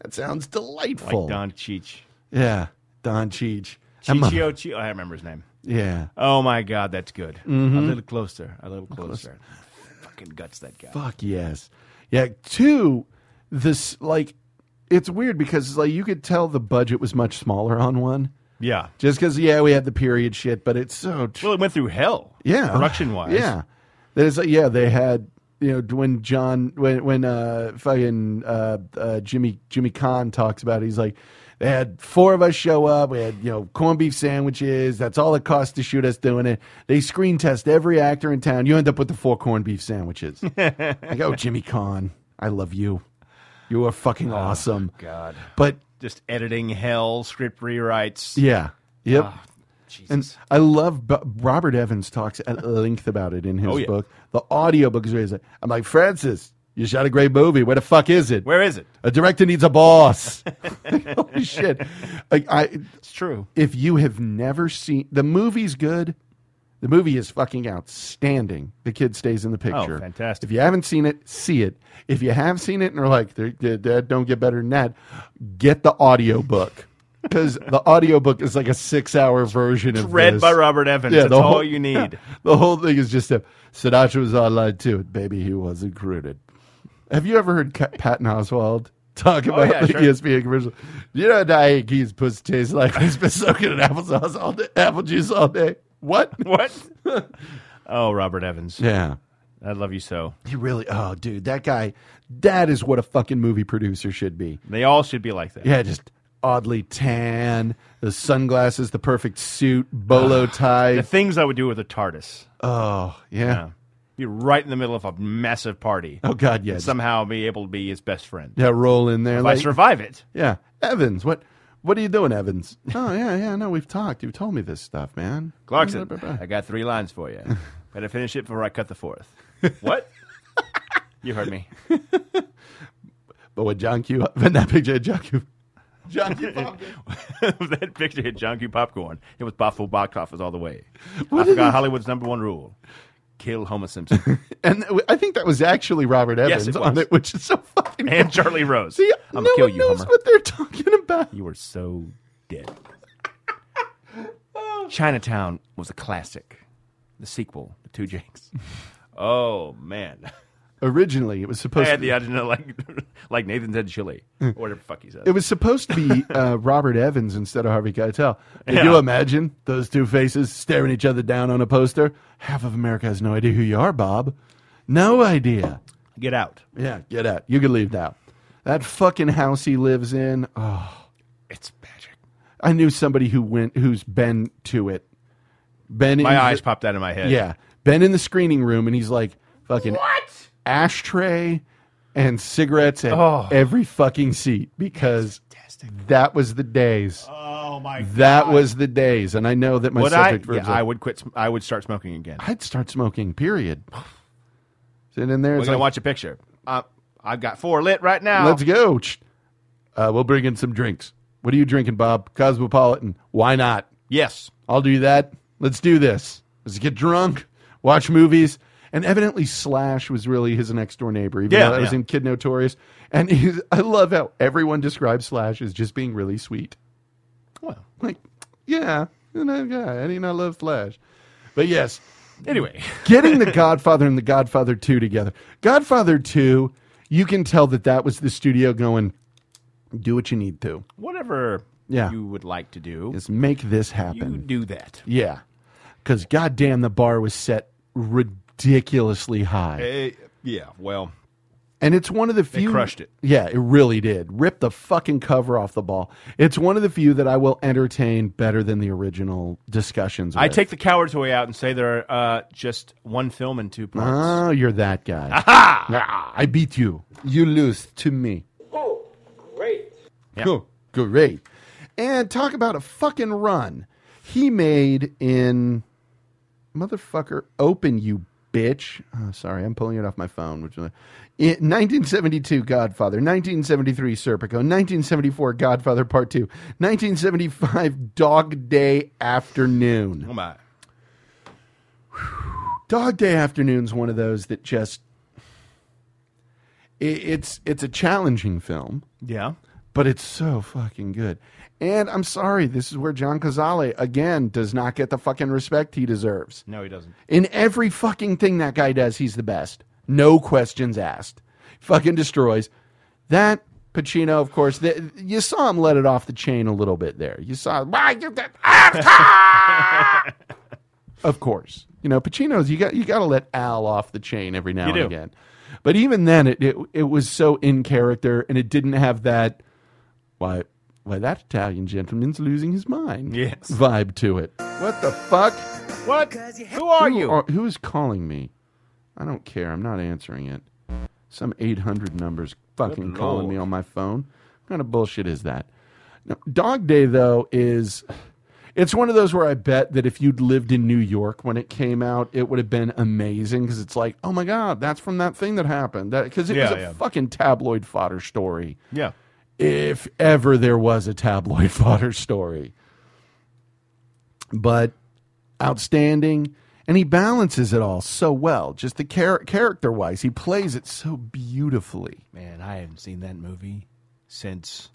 S9: That sounds
S11: like
S9: delightful.
S11: Don Cheech.
S9: Yeah. Don Cheech. That mo-
S11: Chichio, Chi- oh, I remember his name.
S9: yeah.
S11: Oh my God, that's good. A little closer. Mm-hmm. A little closer. Fucking guts that guy.
S9: Fuck yes. Yeah. Two, this, like, it's weird because, like, you could tell the budget was much smaller on one.
S11: Yeah.
S9: Just because, yeah, we had the period shit, but it's so
S11: Well, it went through hell.
S9: yeah
S11: Production wise.
S9: yeah there's like, yeah they had you know when john when when uh fucking uh, uh jimmy jimmy Kahn talks about it, he's like they had four of us show up we had you know corned beef sandwiches that's all it cost to shoot us doing it they screen test every actor in town you end up with the four corned beef sandwiches like oh jimmy Kahn, i love you you are fucking awesome
S11: God.
S9: but
S11: Just editing hell, script rewrites.
S9: yeah yep
S11: Jesus.
S9: And I love B- Robert Evans talks at length about it in his
S11: Oh, yeah.
S9: book. The audiobook is where he's like, I'm like, Francis, you shot a great movie. Where the fuck is it?
S11: Where is it?
S9: A director needs a boss. Holy shit. Like, I,
S11: It's true.
S9: if you have never seen the movie's good, the movie is fucking outstanding. The kid stays in the picture.
S11: Oh, fantastic.
S9: If you haven't seen it, see it. If you have seen it and are like, "There- there- that don't get better than that, get the audiobook. Because the audiobook is like a six hour version of
S11: Read
S9: this.
S11: by Robert Evans.
S9: Yeah,
S11: That's
S9: the whole-
S11: all you need.
S9: The whole thing is just a Sinatra was online too, and baby, he was included. Have you ever heard Ca- Patton Oswald talk about
S11: Oh, yeah,
S9: the E
S11: sure.
S9: ESPN commercial? You know, Diane Keith's pussy tastes like he's been soaking in applesauce all day, apple juice all day. What?
S11: What? oh, Robert Evans.
S9: Yeah.
S11: I love you so.
S9: He really, oh, dude, that guy, that is what a fucking movie producer should be.
S11: They all should be like that.
S9: Yeah, just oddly tan, the sunglasses, the perfect suit, bolo
S11: The
S9: tie.
S11: things I would do with a TARDIS.
S9: Oh, yeah.
S11: Yeah. Be right in the middle of a massive party.
S9: Oh, God, yes.
S11: Somehow be able to be his best friend.
S9: Yeah, roll in there.
S11: If I
S9: like-
S11: survive it.
S9: Yeah. Evans, what what are you doing, Evans? oh yeah, yeah, no, we've talked. You told me this stuff, man.
S11: Clarkson, I got three lines for you. Better finish it before I cut the fourth. What? you heard me.
S9: But when John Q when that picture of John Q John Q Popkin.
S11: that picture hit John Q Popcorn. It was Boffo Box Office all the way.
S9: What
S11: I
S9: did
S11: forgot
S9: he-
S11: Hollywood's number one rule. Kill Homer Simpson
S9: And th- I think that was actually Robert Evans
S11: Yes, it
S9: on
S11: was.
S9: it, which is so fucking
S11: and Charlie Rose.
S9: See,
S11: I'm
S9: no
S11: gonna kill
S9: one
S11: you,
S9: knows
S11: Homer.
S9: what they're talking about.
S11: You were so dead. Chinatown was a classic. The sequel, The Two Jakes. Oh man,
S9: Originally, it was
S11: I
S9: supposed
S11: had
S9: to
S11: the idea like like Nathan said chili or whatever the fuck he said.
S9: it was supposed to be uh, Robert Evans instead of Harvey Keitel. Did
S11: Yeah.
S9: you imagine those two faces staring each other down on a poster? Half of America has no idea who you are, Bob. No idea.
S11: Get out.
S9: Yeah, get out. You can leave now. That fucking house he lives in. Oh,
S11: It's magic.
S9: I knew somebody who went who's been to it. Been in
S11: My eyes
S9: the-
S11: popped out of my head.
S9: Yeah, been in the screening room and he's like fucking
S4: What?
S9: ashtray and cigarettes at
S11: Oh.
S9: every fucking seat because that was the days.
S12: Oh my god.
S9: That was the days, and I know that my
S11: Would I?
S9: subject
S11: Yeah,
S9: verbs.
S11: I
S9: I
S11: would quit. sm- I would start smoking again.
S9: I'd start smoking. Period. Sitting in there,
S11: We're
S9: it's
S11: gonna
S9: like,
S11: watch a picture. Uh, I've got four lit right now.
S9: Let's go. Ch- Uh, we'll bring in some drinks. What are you drinking, Bob? Cosmopolitan. Why not?
S11: Yes.
S9: I'll do that. Let's do this. Let's get drunk, watch movies. And evidently, Slash was really his next door neighbor, even
S11: Yeah,
S9: though that was
S11: yeah.
S9: in Kid Notorious. And he's, I love how everyone describes Slash as just being really sweet.
S11: Well,
S9: Like, yeah, you know, yeah, I mean, I love Slash. But yes,
S11: anyway,
S9: getting the Godfather and the Godfather 2 together. Godfather 2, you can tell that that was the studio going, do what you need to.
S11: whatever
S9: Yeah.
S11: you would like to do,
S9: Just make this
S11: you
S9: happen.
S11: do that.
S9: Yeah. Cuz goddamn the bar was set ridiculously high.
S11: Eh, yeah. Well,
S9: And it's one of the few.
S11: crushed it.
S9: Yeah, it really did. Ripped the fucking cover off the ball. It's one of the few that I will entertain better than the original discussions.
S11: I
S9: with.
S11: take the coward's way out and say there are uh, just one film in two parts.
S9: Oh, you're that guy. Aha! I beat you. You lose to me.
S5: Oh, great.
S9: Go, Great. And talk about a fucking run he made in motherfucker open you bitch. Oh, sorry, I'm pulling it off my phone. Which is- in 1972 Godfather, 1973 Serpico, 1974 Godfather Part 2, 1975 Dog Day
S11: Oh
S9: Afternoon.
S11: my!
S9: Dog Day Afternoon's one of those that just i- it's it's a challenging film.
S11: Yeah.
S9: but it's so fucking good. And I'm sorry, this is where John Cazale again does not get the fucking respect he deserves.
S11: No, he doesn't.
S9: In every fucking thing that guy does, he's the best. No questions asked. Fucking destroys. That Pacino, of course, th- you saw him let it off the chain a little bit there. You saw, "Why you did- Ah!" of course. You know, Pacino's you got you got to let Al off the chain every now
S11: You
S9: and
S11: do.
S9: again. But even then, it, it it was so in character, and it didn't have that. Why? Why that Italian gentleman's losing his mind?
S11: Yes.
S9: Vibe to it. What the fuck?
S11: What? Who are
S9: Who
S11: you?
S9: are- who is calling me? I don't care. I'm not answering it. Some 800 numbers fucking
S11: Good
S9: calling me
S11: lord.
S9: on my phone. What kind of bullshit is that? Now, Dog Day, though, is. It's one of those where I bet that if you'd lived in New York when it came out, it would have been amazing because it's like, oh my God, that's from that thing that happened. Because it
S11: Yeah,
S9: was a
S11: yeah.
S9: fucking tabloid fodder story.
S11: yeah.
S9: If ever there was a tabloid fodder story but outstanding. And he balances it all so well, just the char- character wise. He plays it so beautifully.
S11: Man, I haven't seen that movie since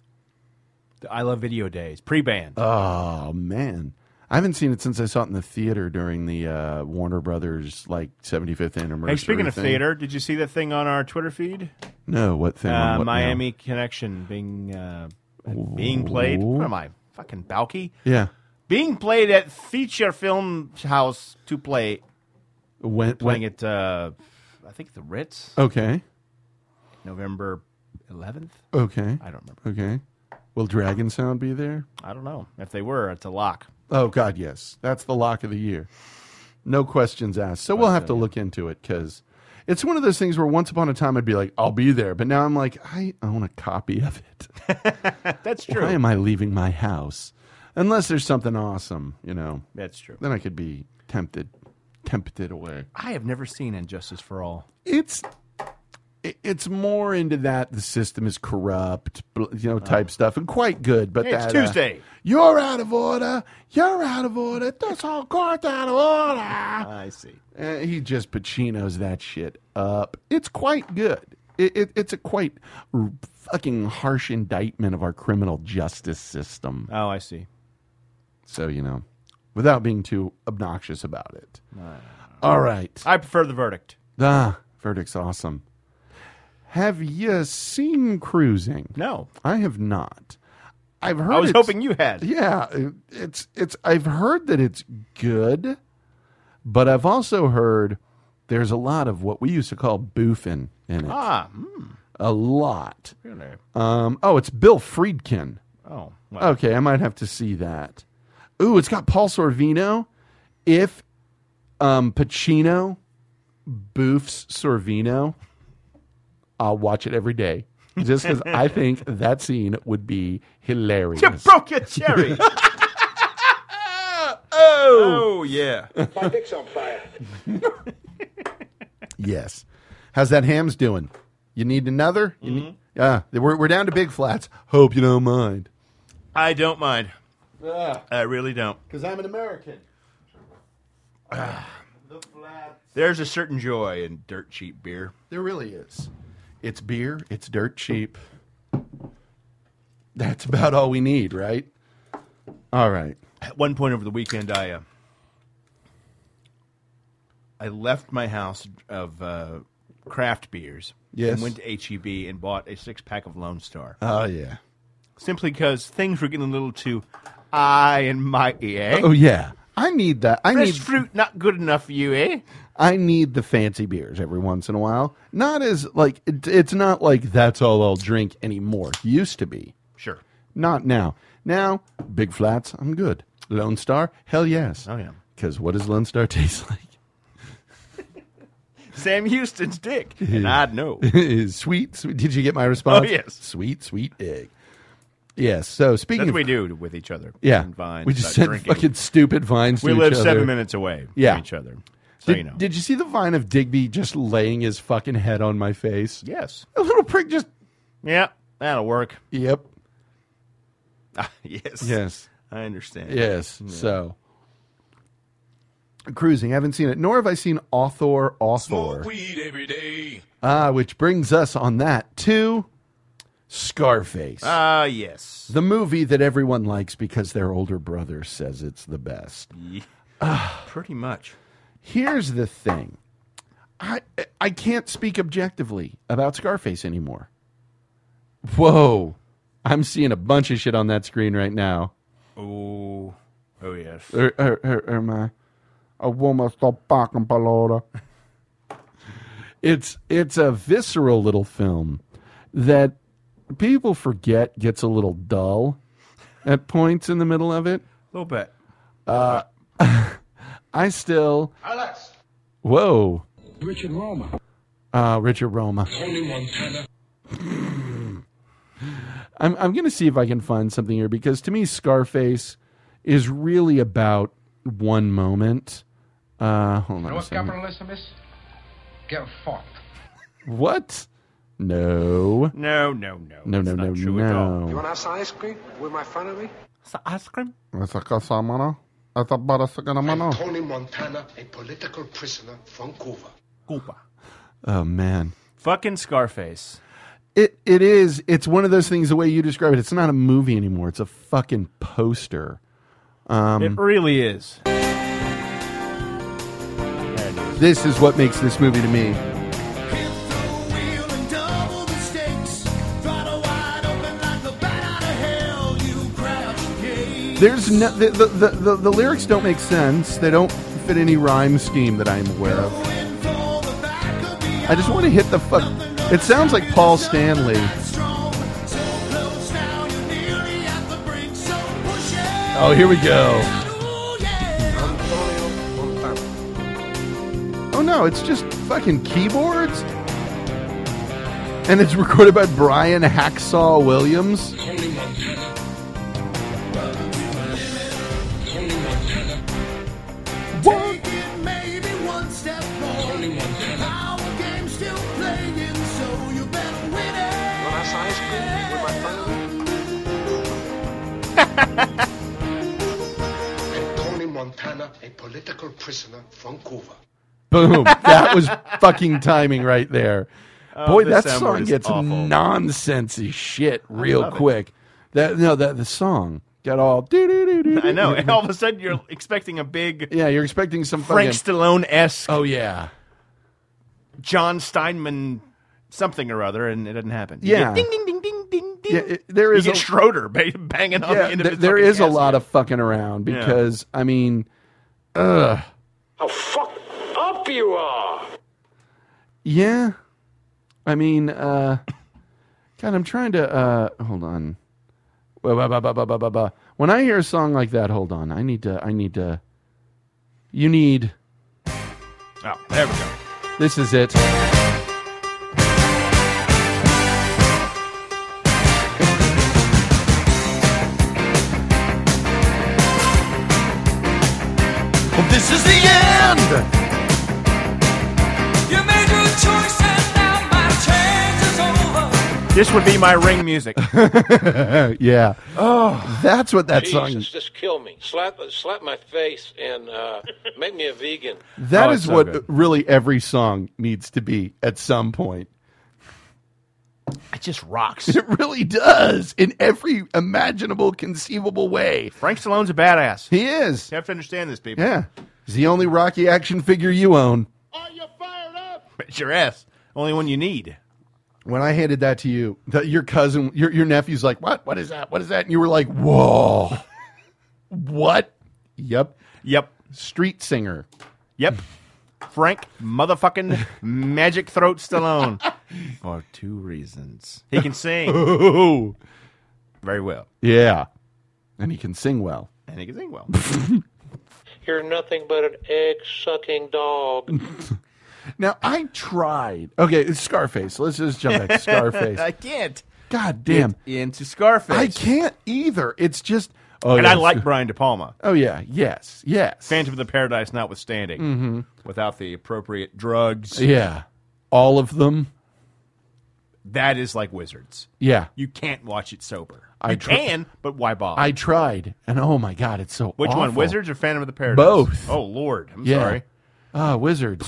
S11: the I Love Video days, pre-band. Ah.
S9: Oh, man. I haven't seen it since I saw it in the theater during the uh, Warner Brothers like 75th anniversary.
S11: hey, speaking of
S9: thing.
S11: theater, did you see that thing on our Twitter feed?
S9: no, what thing?
S11: Uh,
S9: on what now?
S11: Miami Connection being uh, being played.
S9: Ooh.
S11: What am I fucking balky?
S9: Yeah,
S11: Being played at Feature Film House to play
S9: when,
S11: playing
S9: when,
S11: at uh, I think the Ritz,
S9: Okay,
S11: November 11th.
S9: okay,
S11: I don't remember.
S9: okay. Will Dragon Sound be there?
S11: I don't know if they were. It's a lock.
S9: Oh God, yes, that's the lock of the year. No questions asked. So we'll have to look into it because it's one of those things where once upon a time I'd be like, I'll be there, but now I'm like, I own a copy of it.
S11: That's true.
S9: Why am I leaving my house? Unless there's something awesome, you know,
S11: That's true.
S9: then I could be tempted, tempted away.
S11: I have never seen Injustice for All.
S9: It's it- it's more into that the system is corrupt, bl- you know, type stuff, and quite good. But
S11: Uh-huh. It's
S9: that, uh,
S11: Tuesday.
S9: you're out of order. You're out of order. This whole court's out of order.
S11: I see.
S9: Uh, he just Pacino's that shit up. It's quite good. It, it, it's a quite r- fucking harsh indictment of our criminal justice system.
S11: Oh, I see.
S9: So, you know, without being too obnoxious about it.
S11: Uh-huh.
S9: All right.
S11: I prefer the verdict.
S9: Ah, verdict's awesome. Have you seen Cruising?
S11: No,
S9: I have not. I've heard
S11: I was
S9: it's-
S11: hoping you had.
S9: yeah, it- it's it's. I've heard that it's good, but I've also heard there's a lot of what we used to call boofing in it.
S11: Ah, mm,
S9: A lot.
S11: really?
S9: Um, oh, it's Bill Friedkin.
S11: Oh, well,
S9: Okay, I might have to see that. Ooh, it's got Paul Sorvino. If um, Pacino boofs Sorvino, I'll watch it every day just because I think that scene would be hilarious.
S11: You broke your cherry. oh. yeah.
S5: My dick's on fire.
S9: Yes. How's that hams doing? You need another? You need- yeah, we're, we're down to big flats. Hope you don't mind.
S11: I don't mind. I really don't.
S9: Because I'm an American.
S11: There's a certain joy in dirt cheap beer.
S9: There really is. It's beer, it's dirt cheap. That's about all we need, right? All right.
S11: At one point over the weekend, I uh, I left my house of uh, craft beers.
S9: Yes.
S11: And went to HEB and bought a six pack of Lone Star.
S9: Oh, yeah.
S11: Simply because things were getting a little too I and my eh?
S9: Oh, yeah. I need that. I
S11: Fresh
S9: need
S11: fruit not good enough for you, eh?
S9: I need the fancy beers every once in a while. Not as like it, it's not like that's all I'll drink anymore. Used to be.
S11: Sure.
S9: Not now. Now, big flats, I'm good. Lone Star, hell yes.
S11: Oh, yeah.
S9: Because what does Lone Star taste like?
S11: Sam Houston's dick. and I know.
S9: Is sweet, sweet. Did you get my response?
S11: Oh, yes.
S9: Sweet, sweet egg. Yes. So speaking
S11: That's what
S9: of
S11: we do with each other.
S9: yeah,
S11: On Vines,
S9: we just
S11: about
S9: said
S11: drinking.
S9: fucking stupid vines.
S11: We
S9: to
S11: live
S9: each other.
S11: seven minutes away
S9: Yeah.
S11: from each other. So
S9: Did,
S11: you know.
S9: did you see the vine of Digby just laying his fucking head on my face?
S11: yes.
S9: A little prick just.
S11: Yeah. That'll work.
S9: Yep.
S11: Ah, yes.
S9: Yes.
S11: I understand.
S9: Yes. So. Cruising. I haven't seen it, nor have I seen Author Author.
S7: Smoke weed every day.
S9: Ah, which brings us on that to Scarface.
S11: Ah, yes.
S9: the movie that everyone likes because their older brother says it's the best.
S11: Pretty much.
S9: Here's the thing. I I can't speak objectively about Scarface anymore. Whoa. I'm seeing a bunch of shit on that screen right now.
S11: Oh. Oh, yes.
S9: Er, er, er, er, my, a woman stop barking, Palota. It's it's a visceral little film that people forget gets a little dull at points in the middle of it.
S11: little bit.
S9: I still. Whoa. Richard Roma. Uh, Richard Roma. I'm I'm gonna see if I can find something here because to me Scarface is really about one moment. Uh, hold on. a second.
S12: capitalism is? Get fucked.
S9: What? No.
S11: No, no, no. That's
S9: No, no,
S11: not
S9: no,
S11: true At all.
S9: no.
S5: want to have some ice cream with my family?
S11: It's ice cream?
S9: That's a casamana. That's about a saganamana.
S12: Tony Montana, a political prisoner from Cuba.
S11: Culpa.
S9: Oh man.
S11: Fucking Scarface.
S9: It it is. It's one of those things. The way you describe it, it's not a movie anymore. It's a fucking poster. Um,
S11: it really is.
S9: This is what makes this movie to me. There's no the the, the, the the lyrics don't make sense. They don't fit any rhyme scheme that I'm aware of. I just want to hit the fuck. It sounds like Paul Stanley. Oh, here we go. Oh no, it's just fucking keyboards. And it's recorded by Brian Hacksaw Williams.
S12: And Tony Montana, a political prisoner from Cuba.
S9: Boom. That was fucking timing right there. Boy,
S11: this
S9: that
S11: soundboard
S9: song
S11: is
S9: gets
S11: awful.
S9: nonsensey shit real
S11: love it.
S9: quick. That no, that the song got all doo doo doo doo.
S11: I know. And all of a sudden, you're expecting a big
S9: Yeah, you're expecting some
S11: Frank
S9: fucking
S11: Stallone esque
S9: Oh yeah.
S11: John Steinman something or other, and it didn't happen. You
S9: Yeah.
S11: get ding, ding, ding, ding, ding, ding.
S9: Yeah, it- there
S11: You
S9: is
S11: get
S9: a-
S11: Schroeder ba- banging on the
S9: Yeah,
S11: end of
S9: th-
S11: his
S9: there
S11: fucking
S9: is a
S11: casket.
S9: lot of fucking around
S11: Yeah.
S9: because I mean
S5: How fucked up you are!
S9: Yeah. I mean, uh, God, I'm trying to. Uh, hold on. Ba, ba, ba, ba, ba, ba, ba, ba. When I hear a song like that, hold on. I need to. I need to. You need.
S11: Oh, there we go.
S9: This is it.
S13: Well, this is the end.
S14: You made your choice and now my chance is over.
S11: This would be my ring music.
S9: yeah. Oh, that's what that
S5: Jesus,
S9: song is.
S5: just kill me. Slap, slap my face and uh, make me a vegan.
S9: That is what really every song needs to be at some point.
S11: It just rocks.
S9: It really does in every imaginable, conceivable way.
S11: Frank Stallone's a badass.
S9: He is.
S11: You have to understand this, people.
S9: Yeah. He's the only Rocky action figure you own.
S11: It's your ass. Only one you need.
S9: When I handed that to you, that your cousin, your, your nephew's like, What? What is that? What is that? And you were like, Whoa. what? Yep.
S11: Yep.
S9: Street singer.
S11: Yep. Frank motherfucking Magic Throat Stallone. For two reasons. He can
S9: Oh.
S11: sing. Very well.
S9: Yeah. And he can sing well.
S11: And he can sing well.
S5: You're nothing but an egg-sucking dog.
S9: Now, I tried. Okay, it's Scarface. Let's just jump back to Scarface.
S11: I can't.
S9: God damn.
S11: Get into Scarface.
S9: I can't either. It's just. Oh,
S11: and
S9: yeah,
S11: I like
S9: it's-
S11: Brian De Palma.
S9: Oh yeah, yes, yes.
S11: Phantom of the Paradise notwithstanding,
S9: Mhm.
S11: without the appropriate drugs,
S9: Yeah, all of them.
S11: that is like Wizards.
S9: Yeah.
S11: you can't watch it sober.
S9: I
S11: you
S9: tr-
S11: can, but why bother?
S9: I tried, and oh my god, it's so.
S11: Which one,
S9: awful.
S11: Wizards or Phantom of the Paradise?
S9: Both.
S11: Oh Lord, I'm
S9: Yeah.
S11: sorry.
S9: Ah, Wizards.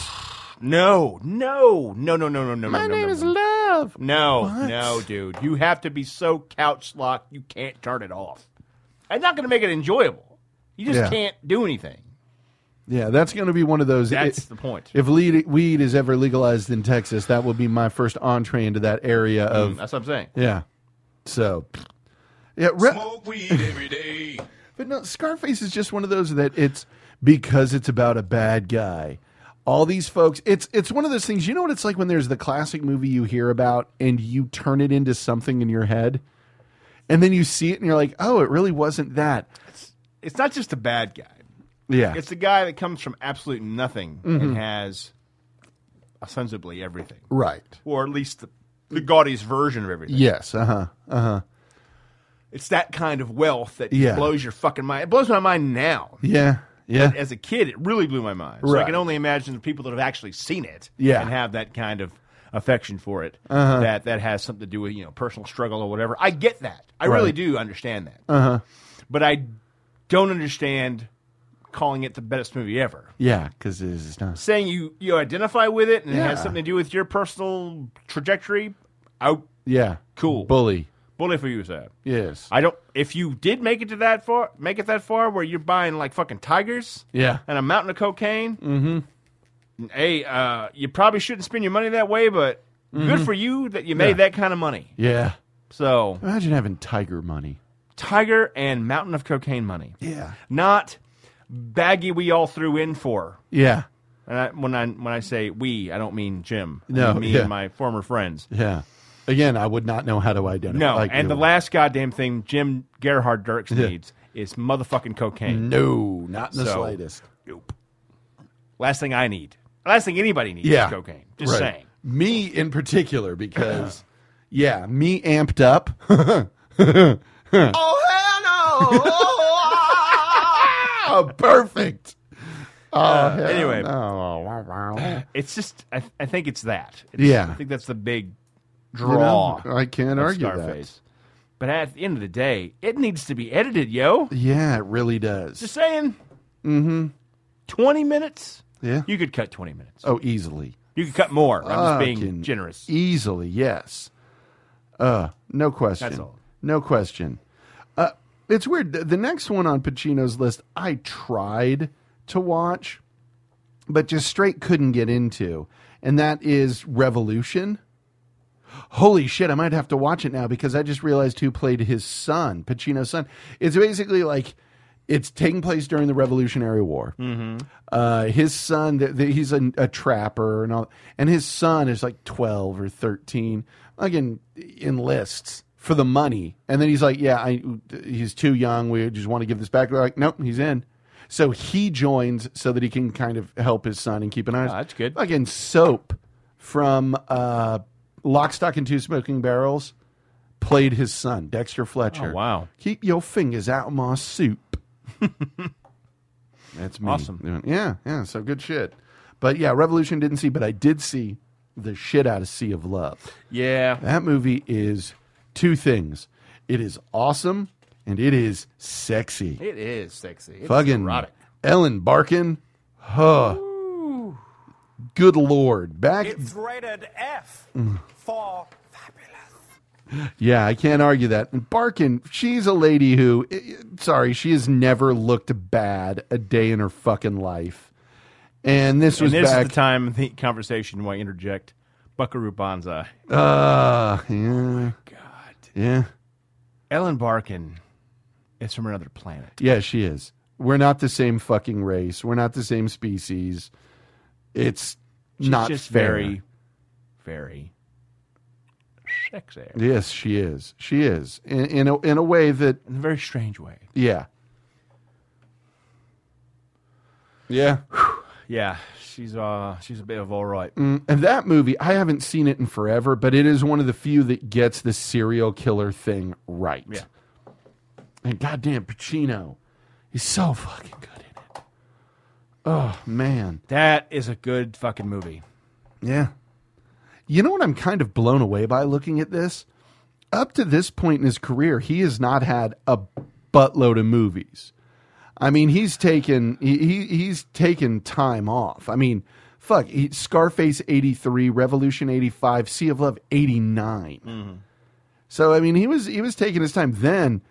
S11: No, no, no, no, no, no, no.
S9: My
S11: no,
S9: name
S11: no,
S9: is
S11: no.
S9: Love.
S11: No,
S9: What?
S11: no, dude. You have to be so couch locked you can't turn it off. It's not going to make it enjoyable. You just
S9: Yeah.
S11: can't do anything.
S9: Yeah, that's going to be one of those.
S11: That's
S9: it-
S11: the point.
S9: If lead, weed is ever legalized in Texas, that will be my first entree into that area of.
S11: Mm, that's what I'm saying.
S9: Yeah. So. Yeah. Re-
S7: Smoke weed every day.
S9: But no, Scarface is just one of those that it's because it's about a bad guy. All these folks, it's it's one of those things. You know what it's like when there's the classic movie you hear about and you turn it into something in your head, and then you see it and you're like, oh, it really wasn't that.
S11: It's not just a bad guy.
S9: Yeah,
S11: It's the guy that comes from absolute nothing
S9: Mhm.
S11: and has ostensibly everything.
S9: right.
S11: Or at least the, the gaudiest version of everything.
S9: Yes. Uh huh. Uh huh.
S11: It's that kind of wealth that
S9: Yeah.
S11: blows your fucking mind. It blows my mind now.
S9: Yeah. Yeah.
S11: But as a kid, it really blew my mind. So
S9: Right.
S11: I can only imagine the people that have actually seen it
S9: Yeah.
S11: and have that kind of affection for it
S9: Uh-huh.
S11: that that has something to do with you know personal struggle or whatever. I get that. I
S9: Right.
S11: really do understand that.
S9: Uh huh.
S11: But I don't understand calling it the best movie ever.
S9: Yeah, because it's not.
S11: saying you you identify with it and it has
S9: Yeah.
S11: something to do with your personal trajectory, out
S9: Yeah.
S11: Cool.
S9: Bully.
S11: bully for you, sir.
S9: Yes.
S11: I don't. If you did make it to that far, make it that far where you're buying like fucking tigers
S9: Yeah.
S11: and a mountain of cocaine.
S9: Mm-hmm.
S11: Hey, uh, you probably shouldn't spend your money that way, but good
S9: Mhm.
S11: for you that you
S9: Yeah.
S11: made that kind of money.
S9: Yeah.
S11: So
S9: Imagine having tiger money.
S11: tiger and mountain of cocaine money,
S9: Yeah.
S11: not baggy. We all threw in for.
S9: Yeah.
S11: And I, when I when I say we, I don't mean Jim.
S9: No,
S11: I mean me
S9: yeah.
S11: and my former friends.
S9: Yeah. Again, I would not know how to identify.
S11: No,
S9: like,
S11: and the
S9: no.
S11: last goddamn thing Jim Gerhard Dirks
S9: Yeah. Mm-hmm.
S11: needs is motherfucking cocaine.
S9: No, not in the
S11: So,
S9: slightest.
S11: Nope. Last thing I need. Last thing anybody needs
S9: Yeah,
S11: is cocaine. Just
S9: right.
S11: saying.
S9: Me in particular, because yeah, me amped up. oh, perfect. Oh,
S11: Uh,
S9: hell
S11: anyway.
S9: no. Wow, wow.
S11: It's just, I, I think it's that. It's,
S9: Yeah.
S11: I think that's the big
S9: You
S11: draw.
S9: know, I can't
S11: of
S9: argue that.
S11: Scarface. But at the end of the day, it needs to be edited, yo.
S9: Yeah, it really does.
S11: Just saying,
S9: mm-hmm.
S11: 20 minutes?
S9: Yeah.
S11: You could cut 20 minutes.
S9: Oh, easily,
S11: You could cut more. I'm just being
S9: Fucking e-
S11: generous.
S9: easily. Yes. Uh, no question.
S11: That's all.
S9: No question. Uh, it's weird. The, the next one on Pacino's list, I tried to watch, but just straight couldn't get into, and that is Revolution. Holy shit, I might have to watch it now because I just realized who played his son, Pacino's son. It's basically like it's taking place during the Revolutionary War.
S15: Mm-hmm.
S9: Uh, his son, th- th- he's a, a trapper and all, and his son is like twelve or thirteen. Again, enlists for the money. And then he's like, yeah, I, he's too young. We just want to give this back. They're like, nope, he's in. So he joins so that he can kind of help his son and keep an eye. on
S11: Oh, that's good.
S9: Fucking soap from uh, Lock, Stock, and Two Smoking Barrels played his son, Dexter Fletcher.
S11: Oh, wow.
S9: Keep your fingers out of my soup. That's me.
S11: Awesome.
S9: Yeah, yeah. So good shit. But yeah, Revolution didn't see, but I did see the shit out of Sea of Love.
S11: Yeah.
S9: That movie is two things. It is awesome and it is sexy.
S11: It is sexy. It's
S9: Fucking
S11: erotic.
S9: Ellen Barkin. Huh. Good lord. Back
S15: rated F
S9: Mm.
S15: for
S9: Yeah, I can't argue that. And Barkin, she's a lady who, i- i- sorry, she has never looked bad a day in her fucking life. And this was
S11: and this
S9: back.
S11: is the time the conversation where I interject Buckaroo Banzai.
S9: uh, yeah. God. Yeah.
S11: Ellen Barkin is from another planet.
S9: Yeah, she is. We're not the same fucking race. We're not the same species. It's
S11: She's
S9: not
S11: just
S9: fair.
S11: very, very sexy.
S9: Yes, she is. She is in in a, in a way that
S11: in a very strange way.
S9: Yeah. Yeah.
S11: Yeah, she's uh she's a bit of all right.
S9: Mm, and that movie, I haven't seen it in forever, but it is one of the few that gets the serial killer thing right. Yeah. And goddamn Pacino, he's so fucking good in it. Oh man,
S11: That is a good fucking movie.
S9: Yeah. You know what I'm kind of blown away by looking at this? Up to this point in his career, he has not had a buttload of movies. I mean, he's taken he, he he's taken time off. I mean, fuck, he, Scarface 83, Revolution 85, Sea of Love 89. So I mean, he was he was taking his time then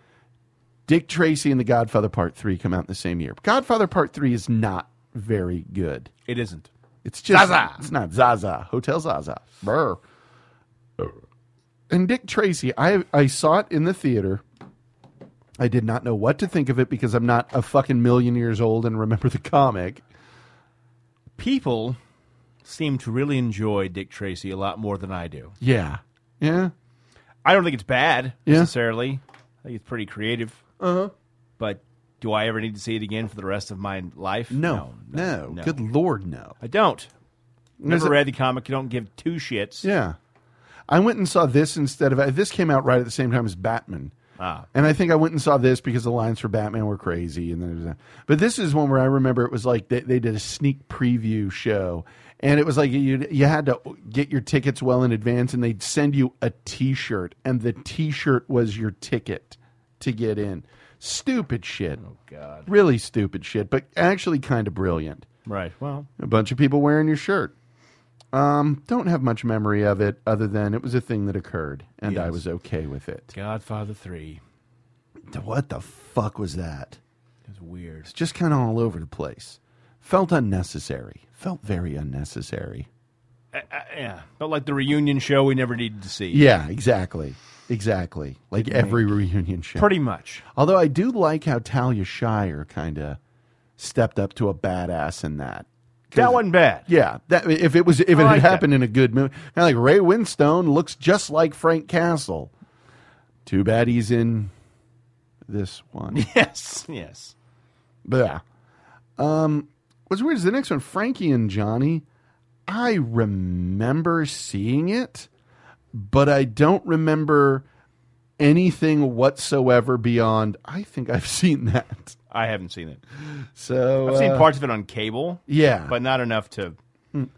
S9: Dick Tracy and The Godfather Part 3 come out in the same year. Godfather Part 3 is not very good.
S11: It isn't.
S9: It's just
S11: Zaza.
S9: it's not Zaza. Hotel Zaza. Brr. And Dick Tracy, I I saw it in the theater. I did not know what to think of it because I'm not a fucking million years old and remember the comic.
S11: People seem to really enjoy Dick Tracy a lot more than I do.
S9: Yeah. Yeah.
S11: I don't think it's bad
S9: Yeah.
S11: necessarily. I think it's pretty creative.
S9: Uh-huh.
S11: But do I ever need to see it again for the rest of my life?
S9: No. No. Good lord, no.
S11: I don't.
S9: There's
S11: Never
S9: a-
S11: read the comic. You don't give two shits.
S9: Yeah. I went and saw this instead of this came out right at the same time as Batman.
S11: Ah.
S9: And I think I went and saw this because the lines for Batman were crazy, and then it was that. But this is one where I remember it was like they, they did a sneak preview show, and it was like you you had to get your tickets well in advance, and they'd send you a T-shirt, and the T-shirt was your ticket to get in. Stupid shit. Oh
S11: God.
S9: Really stupid shit, but actually kind of brilliant.
S11: Right. Well,
S9: A bunch of people wearing your shirt. Um, don't have much memory of it other than it was a thing that occurred, and I
S11: Yes.
S9: was okay with it.
S11: Godfather Three.
S9: What the fuck was that?
S11: It was weird.
S9: It's just kind of all over the place. Felt unnecessary. Felt very unnecessary.
S11: Uh, uh, yeah, but like the reunion show we never needed to see.
S9: Yeah, exactly. Exactly. Like
S11: Didn't
S9: every
S11: make-
S9: reunion show.
S11: Pretty much.
S9: Although I do like how Talia Shire kind of stepped up to a badass in that. 'Cause-
S11: That wasn't bad.
S9: Yeah, that if it was if
S11: I
S9: it had
S11: like that.
S9: happened in a good movie, kind of like Ray Winstone looks just like Frank Castle. Too bad he's in this one.
S11: Yes. Yes.
S9: But yeah. Um, what's weird is the next one, Frankie and Johnny. I remember seeing it, but I don't remember anything whatsoever beyond. I think I've seen that.
S11: I haven't seen it.
S9: So
S11: I've seen
S9: uh,
S11: parts of it on cable.
S9: Yeah.
S11: but not enough to. hmm.
S9: Mm.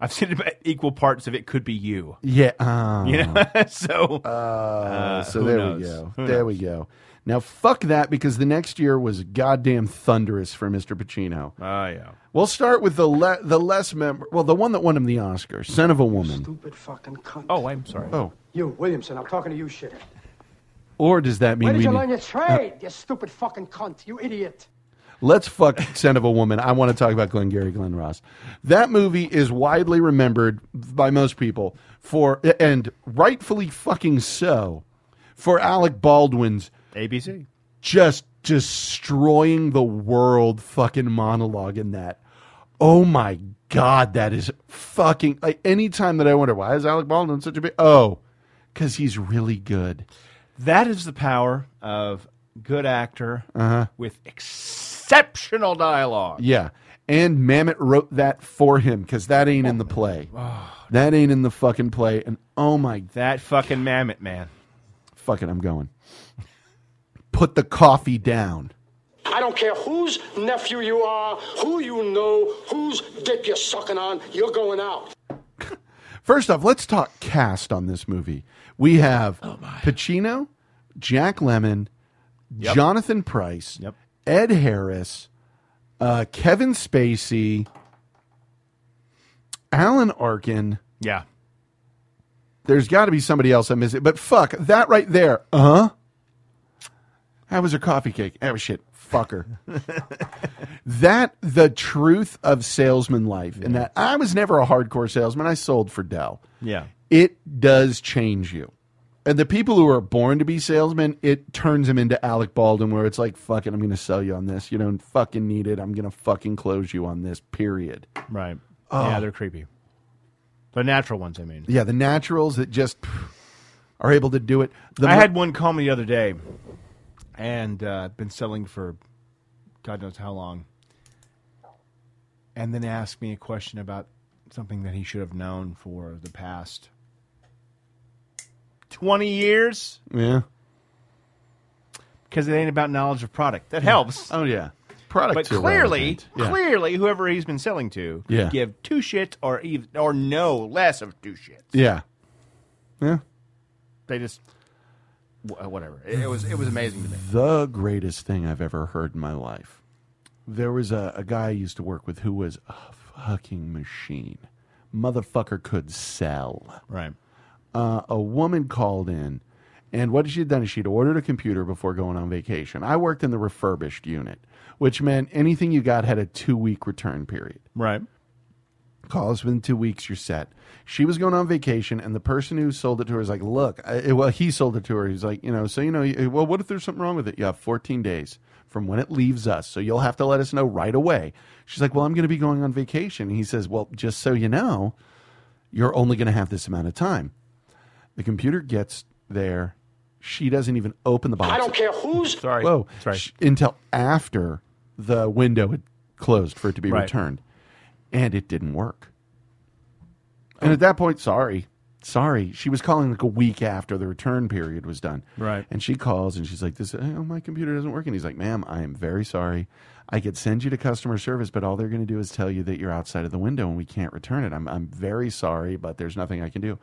S11: I've seen about equal parts of it. Could be you.
S9: Yeah. Oh.
S11: You know. so.
S9: Uh,
S11: Uh-huh. uh,
S9: so
S11: who
S9: there we
S11: knows?
S9: go.
S11: Who
S9: there
S11: knows?
S9: we go. Now fuck that because the next year was goddamn thunderous for Mr. Pacino.
S11: Oh yeah.
S9: We'll start with the le- the less member, well, the one that won him the Oscar, "Son of a Woman."
S16: Stupid fucking cunt.
S11: Oh, I'm sorry.
S9: Oh.
S16: You, Williamson, I'm talking to you, shitter.
S9: Or does that mean
S16: Where did
S9: we
S16: you
S9: need-
S16: learn your trade, you stupid fucking cunt, you idiot?
S9: Let's fuck Son of a Woman. I want to talk about Glengarry Glen Ross. That movie is widely remembered by most people for, and rightfully fucking so, for Alec Baldwin's
S11: ABC.
S9: just destroying the world fucking monologue in that. Oh my God, that is fucking. Like, anytime that I wonder, why is Alec Baldwin such a big. Oh, because he's really good.
S11: That is the power of good actor
S9: Uh-huh.
S11: with exceptional dialogue.
S9: Yeah. And Mamet wrote that for him because that ain't in the play. that ain't in the fucking play. And oh my.
S11: That fucking Mamet, man.
S9: Fuck it, I'm going. Put the coffee down.
S16: I don't care whose nephew you are, who you know, whose dick you're sucking on, you're going out.
S9: First off, let's talk cast on this movie. We have Pacino, Jack Lemon,
S11: Yep.
S9: Jonathan Price, Ed Harris, uh, Kevin Spacey, Alan Arkin.
S11: Yeah.
S9: There's got to be somebody else I'm missing. But fuck, that right there. Uh huh. That was her coffee cake. Oh, shit. Fucker. that, the truth of salesman life, and that I was never a hardcore salesman. I sold for Dell.
S11: Yeah.
S9: It does change you. And the people who are born to be salesmen, it turns them into Alec Baldwin, where it's like, fuck it, I'm going to sell you on this. You don't fucking need it. I'm going to fucking close you on this, period.
S11: Right.
S9: Oh.
S11: Yeah, they're creepy. The natural ones, I mean.
S9: Yeah, the naturals that just pff, are able to do it. The
S11: I
S9: mo-
S11: had one call me the other day, and uh, I've been selling for God knows how long, and then asked me a question about something that he should have known for the past twenty years
S9: Yeah.
S11: because it ain't about knowledge of product. That helps.
S9: Oh yeah, product.
S11: But
S9: is
S11: clearly,
S9: irrelevant. Yeah.
S11: clearly, whoever he's been selling to,
S9: Yeah.
S11: give two shits or even or no less of two shits.
S9: Yeah. Yeah.
S11: They just wh- whatever. It, it was it was amazing to me.
S9: The greatest thing I've ever heard in my life. There was a, a guy I used to work with who was a fucking machine. Motherfucker could sell.
S11: Right.
S9: Uh, a woman called in, and what she'd done is she'd ordered a computer before going on vacation. I worked in the refurbished unit, which meant anything you got had a two week return period.
S11: Right.
S9: call us within two weeks you're set she was going on vacation and the person who sold it to her was like look I, it- well he sold it to her he's like you know so you know you- well what if there's something wrong with it you have 14 days from when it leaves us so you'll have to let us know right away she's like well i'm going to be going on vacation and he says well just so you know you're only going to have this amount of time the computer gets there she doesn't even open the box
S16: I don't care who's.
S11: Sorry.
S9: Whoa. Sh- until after the window had closed for it to be
S11: Right.
S9: returned. And it didn't work. And at that point, sorry. Sorry. She was calling like a week after the return period was done.
S11: Right.
S9: And she calls and she's like, This oh, my computer doesn't work. And he's like, Ma'am, I am very sorry. I could send you to customer service, but all they're going to do is tell you that you're outside of the window and we can't return it. I'm, I'm very sorry, but there's nothing I can do.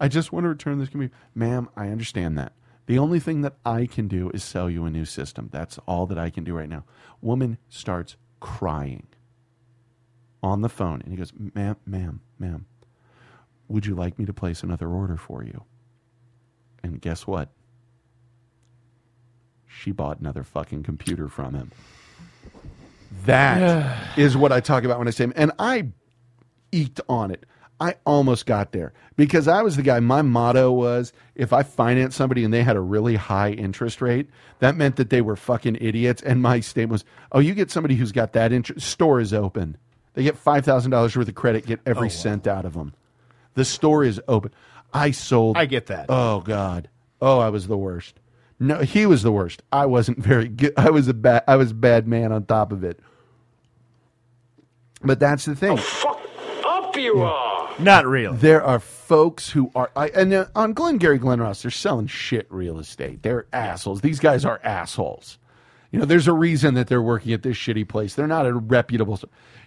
S9: I just want to return this computer. Ma'am, I understand that. The only thing that I can do is sell you a new system. That's all that I can do right now. Woman starts crying on the phone and he goes, Ma'am, ma'am, ma'am, would you like me to place another order for you? And guess what? She bought another fucking computer from him. That is what I talk about when I say, and I eked on it. I almost got there because I was the guy. My motto was if I financed somebody and they had a really high interest rate, that meant that they were fucking idiots. And my statement was, oh, you get somebody who's got that interest, store is open. They get $5,000 worth of credit, get
S11: Oh,
S9: every cent out of them. The store is open. I sold.
S11: I get that.
S9: Oh, God. Oh, I was the worst. No, he was the worst. I wasn't very good. I was a bad, I was a bad man on top of it. But that's the thing.
S16: Up you are!
S11: Not really.
S9: There are folks who are, I, and uh, on Glengarry Glen Ross, they're selling shit real estate. They're assholes. These guys are assholes. You know, there's a reason that they're working at this shitty place. They're not a reputable.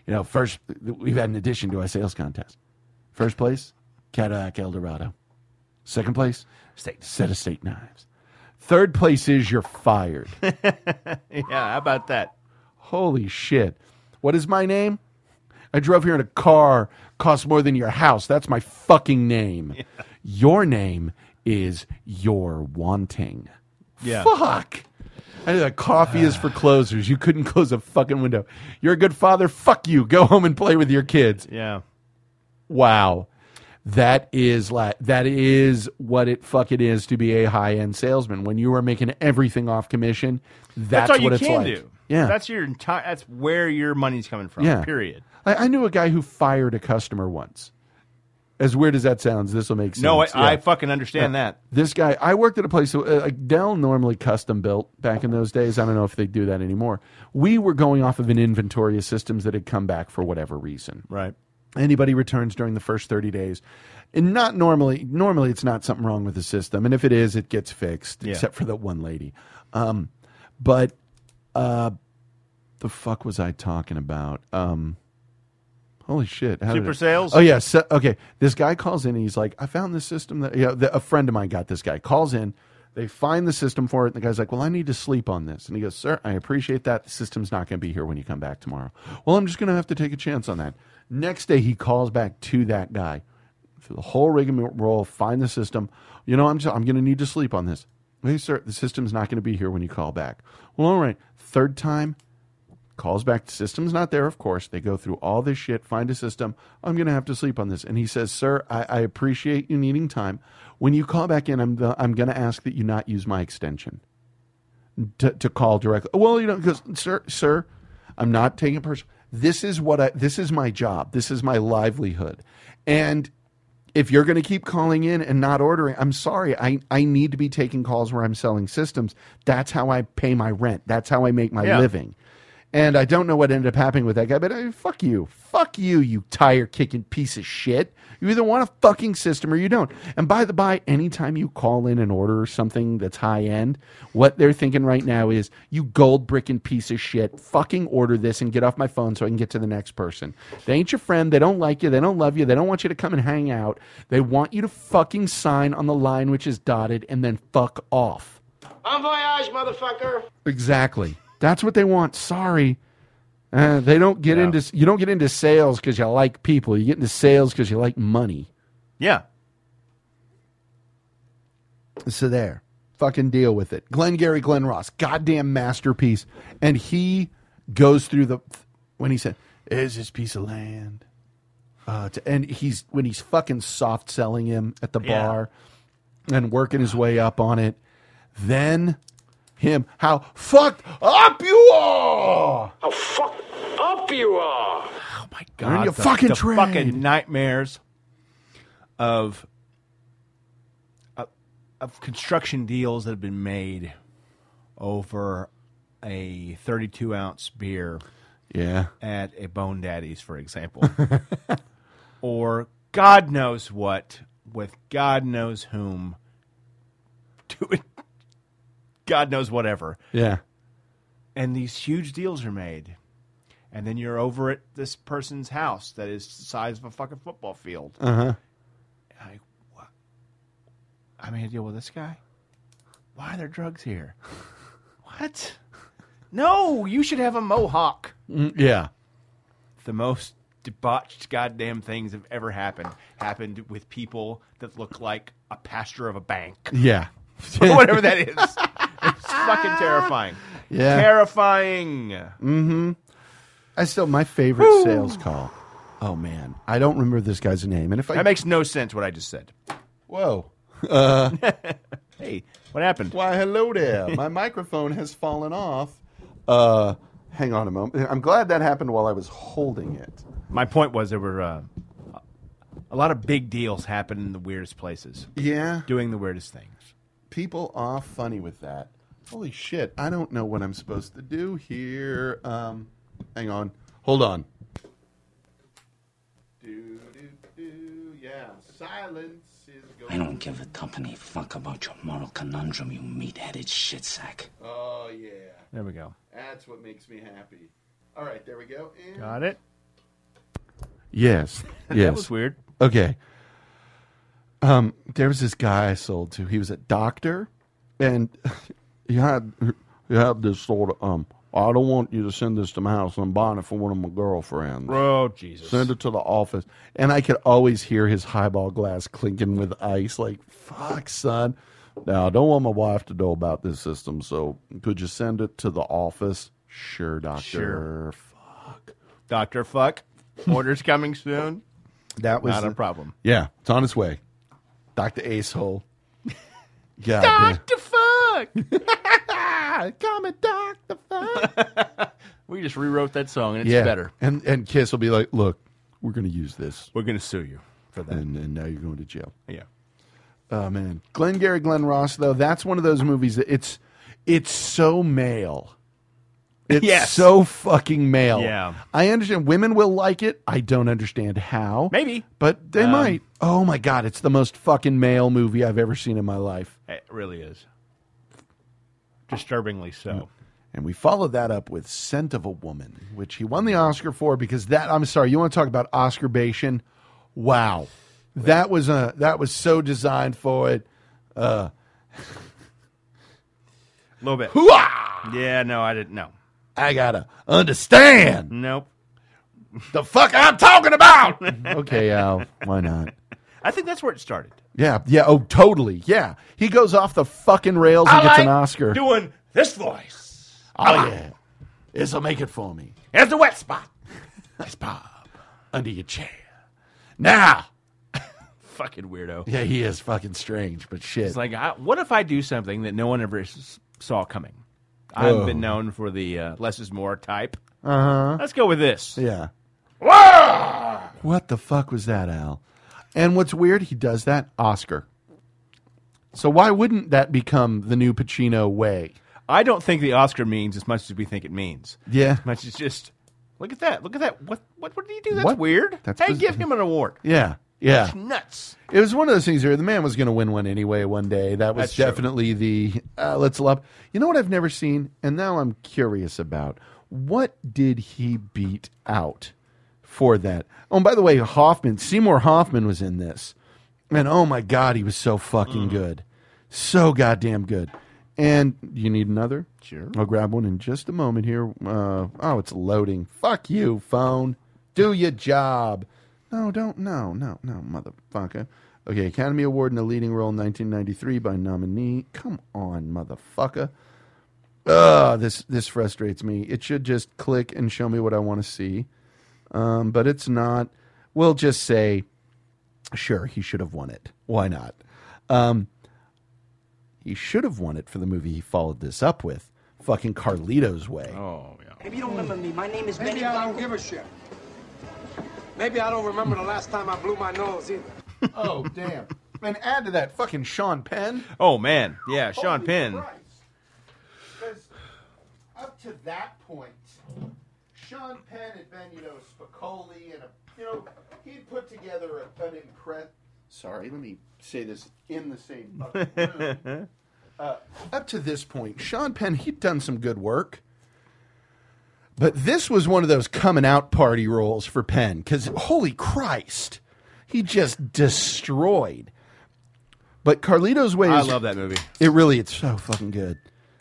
S9: You know, first we've had an addition to our sales contest. First place, Cadillac Eldorado. Second place,
S11: Steak.
S9: set of steak knives. Third place is you're fired.
S11: yeah. How about that?
S9: Holy shit! What is my name? I drove here in a car. Cost more than your house. That's my fucking name. Your name is your wanting.
S11: Yeah.
S9: Fuck. I knew that coffee is for closers. You couldn't close a fucking window. You're a good father. Fuck you. Go home and play with your kids.
S11: Yeah.
S9: Wow. That is like that is what it fucking is to be a high end salesman. When you are making everything off commission, that's,
S11: That's, all
S9: what
S11: you
S9: it's
S11: can
S9: like.
S11: do.
S9: Yeah.
S11: That's your entire. That's where your money's coming from.
S9: Yeah.
S11: Period.
S9: I, I knew a guy who fired a customer once. As weird as that sounds, this will make sense.
S11: No, I, I
S9: Yeah.
S11: fucking understand
S9: Yeah.
S11: that.
S9: This guy, I worked at a place, uh, like Dell normally custom built back in those days. I don't know if they do that anymore. We were going off of an inventory of systems that had come back for whatever reason.
S11: Right.
S9: Anybody returns during the first 30 days. And not normally, normally it's not something wrong with the system. And if it is, it gets fixed,
S11: Yeah.
S9: except for that one lady. Um, but uh, the fuck was I talking about? Um, Holy shit! how did
S8: Super
S9: it-
S8: sales?
S9: Oh yeah. So, okay, this guy calls in and he's like, "I found this system that you know, the, a friend of mine got." This guy calls in. They find the system for it, and the guy's like, "Well, I need to sleep on this." And he goes, "Sir, I appreciate that. The system's not going to be here when you come back tomorrow. Well, I'm just going to have to take a chance on that." Next day, he calls back to that guy through the whole rigmarole, find the system. You know, I'm just, I'm going to need to sleep on this. Hey, sir, the system's not going to be here when you call back. Well, all right. Third time, calls back. The system's not there, of course. They go through all this shit, find a system. I'm going to have to sleep on this. And he says, Sir, I, I appreciate you needing time. When you call back in, I'm, the, I'm going to ask that you not use my extension to, to call directly. Well, you know, because, Sir, sir, I'm not taking it personal. This is what I, this is my job. This is my livelihood. And if you're going to keep calling in and not ordering, I'm sorry. I, I need to be taking calls where I'm selling systems. That's how I pay my rent. That's how I make my
S8: Yeah.
S9: living. And I don't know what ended up happening with that guy, but I, fuck you. Fuck you, you tire kicking piece of shit. You either want a fucking system or you don't. And by the by, anytime you call in and order something that's high end, what they're thinking right now is, you gold bricking piece of shit, fucking order this and get off my phone so I can get to the next person. They ain't your friend. They don't like you. They don't love you. They don't want you to come and hang out. They want you to fucking sign on the line which is dotted and then fuck off.
S16: En voyage, motherfucker.
S9: Exactly. That's what they want. Sorry. Uh, they don't get into you don't get into sales because you like people. You get into sales because you like money.
S11: Yeah.
S9: So there. Fucking deal with it. Glenn Gary Glenn Ross, goddamn masterpiece. And he goes through the when he said, "Is this piece of land?" Uh, to, and he's when he's fucking soft selling him at the
S8: Yeah.
S9: bar and working his way up on it. Then him, how fucked up you are!
S16: How fucked up you are.
S9: Learn your fucking
S11: Oh the
S9: trade.
S11: fucking nightmares of of- of construction deals that have been made over a 32 ounce beer
S9: Yeah.
S11: at a Bone Daddy's, for example, or God knows what with God knows whom to it, God knows whatever.
S9: Yeah.
S11: And these huge deals are made. And then you're over at this person's house that is the size of a fucking football field.
S9: Uh-huh.
S11: I, what? I made a deal with this guy. Why are there drugs here? what? No, you should have a mohawk.
S9: Mm, yeah.
S11: The most debauched goddamn things have ever happened happened with people that look like a pastor of a bank.
S9: Yeah.
S11: Or whatever that is. It's fucking terrifying.
S9: Yeah.
S11: Terrifying.
S9: Mm-hmm. I still my favorite sales call. Oh man, I don't remember this guy's name, and if I
S11: That makes no sense what I just said.
S9: whoa, uh,
S11: hey, what happened?
S9: Why, hello there. My microphone has fallen off. uh, hang on a moment. I'm glad that happened while I was holding it.
S11: My point was there were uh, a lot of big deals happen in the weirdest places.
S9: Yeah.
S11: Doing the weirdest things.
S9: People are funny with that. Holy shit, I don't know what I'm supposed to do here. Um, hang on, hold on. Do, do, do. Yeah, silence is going.
S15: I don't give a company fuck about your moral conundrum, you meat-headed shitsack.
S9: Oh yeah.
S11: There we go.
S9: That's what makes me happy. All right, there we go. And
S11: Got it?
S9: Yes.
S11: That
S9: yes.
S11: was weird.
S9: Okay. Um, there was this guy I sold to. He was a doctor, and he had he had this sort of um. I don't want you to send this to my house. I'm buying it for one of my girlfriends.
S11: Oh, Jesus.
S9: Send it to the office. And I could always hear his highball glass clinking with ice. Like, fuck, son. Now, I don't want my wife to know about this system. So, could you send it to the office? Sure, doctor.
S11: Sure. Dr. Fuck. Orders coming soon.
S9: That was
S11: Not a
S9: the-
S11: problem.
S9: Yeah, it's on its way. Dr. Acehole. God. damn.
S11: Dr. Fuck.
S9: Come and Dr.
S11: Fuck. we just rewrote that song and it's
S9: yeah.
S11: better.
S9: And and Kiss will be like, look, we're going to use this.
S11: We're going to sue you. for that.
S9: And, and now you're going to jail.
S11: Yeah.
S9: Oh man, Glengarry Glen Ross though that's one of those movies that it's it's so male. It's
S11: Yes.
S9: so fucking male.
S11: Yeah.
S9: I understand women will like it. I don't understand how.
S11: Maybe.
S9: But they
S11: Um,
S9: might. Oh my god, it's the most fucking male movie I've ever seen in my life.
S11: It really is. Disturbingly so.
S9: And we followed that up with Scent of a Woman, which he won the Oscar for because that I'm sorry, you want to talk about Oscar Bation? Wow. That was a that was so designed for it. Uh
S11: A little bit. Yeah, no, I didn't know.
S9: I gotta understand.
S11: Nope.
S9: The fuck I'm talking about. okay, Al, why not?
S11: I think that's where it started.
S9: Yeah, yeah, oh totally. Yeah. He goes off the fucking rails and
S11: I
S9: gets an
S11: like
S9: Oscar.
S11: Doing this voice.
S9: oh yeah. This'll make it for me.
S11: Here's the wet spot.
S9: That's Bob. Under your chair. Now
S11: Fucking weirdo.
S9: Yeah, he is fucking strange, but shit.
S11: It's like, I, what if I do something that no one ever s- saw coming? I've
S9: Oh.
S11: been known for the uh, less is more type.
S9: Uh-huh.
S11: Let's go with this.
S9: Yeah. What the fuck was that, Al? And what's weird, he does that Oscar. So why wouldn't that become the new Pacino way?
S11: I don't think the Oscar means as much as we think it means.
S9: Yeah.
S11: As much as just look at that. Look at that. What what what did he do? That's
S9: What?
S11: weird.
S9: That's
S11: hey,
S9: biz-
S11: give him an award.
S9: Yeah. Yeah.
S11: That's nuts.
S9: It was one of those things where the man was going to win one anyway one day. That was
S11: That's true.
S9: definitely the uh, let's love. You know what I've never seen, and now I'm curious about what did he beat out for that? Oh, and by the way, Hoffman, Seymour Hoffman was in this, and oh my god, he was so
S11: Mm.
S9: fucking good, so goddamn good. And you need another?
S11: Sure.
S9: I'll grab one in just a moment here. Uh, oh, it's loading. Fuck you, phone. Do your job. No, don't. No, no, no, motherfucker. Okay, Academy Award in a leading role in 1993 by nominee. Come on, motherfucker. Ugh, this this frustrates me. It should just click and show me what I want to see, um, but it's not. We'll just say, sure, he should have won it. Why not? Um, he should have won it for the movie he followed this up with, fucking Carlito's Way.
S11: Oh yeah.
S10: Maybe you don't remember me. My name is
S12: Maybe I don't give a shit. Maybe I don't remember the last time I blew my nose either.
S9: Oh damn! And add to that fucking Sean Penn.
S11: Oh man. Yeah, Sean
S9: Holy
S11: Penn.
S9: Christ. 'Cause Up to that point, Sean Penn had been, you know, Spicoli and a, you know, he'd put together a, an impress. Sorry, let me say this in the same fucking room. Uh, up to this point, Sean Penn he'd done some good work, but this was one of those coming out party roles for Penn because holy Christ, he just destroyed. But Carlito's way.
S11: I
S9: is-
S11: love that movie.
S9: It really, it's so fucking good.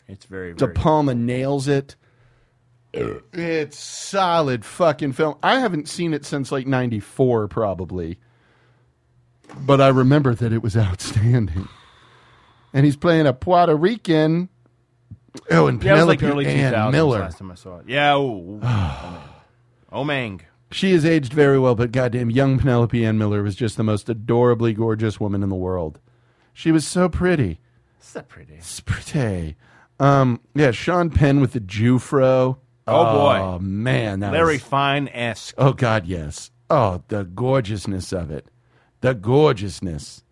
S11: It's very
S9: De
S11: very
S9: Palma nails it. It's solid fucking film. I haven't seen it since like '94, probably, but I remember that it was outstanding. And he's playing a Puerto Rican. Oh, and
S11: Yeah, it was like
S9: Penelope
S11: early
S9: Ann
S11: 2000s
S9: Miller.
S11: last time I saw it. Yeah. ooh. Oh man.
S9: She has aged very well, but goddamn, young Penelope Ann Miller was just the most adorably gorgeous woman in the world. She was so pretty.
S11: Is that pretty?
S9: It's pretty. Um, yeah, Sean Penn with the Jufro.
S11: Oh, boy.
S9: Oh man, that
S11: Larry
S9: was-
S11: Fine esque.
S9: Oh God, yes. Oh, the gorgeousness of it, the gorgeousness.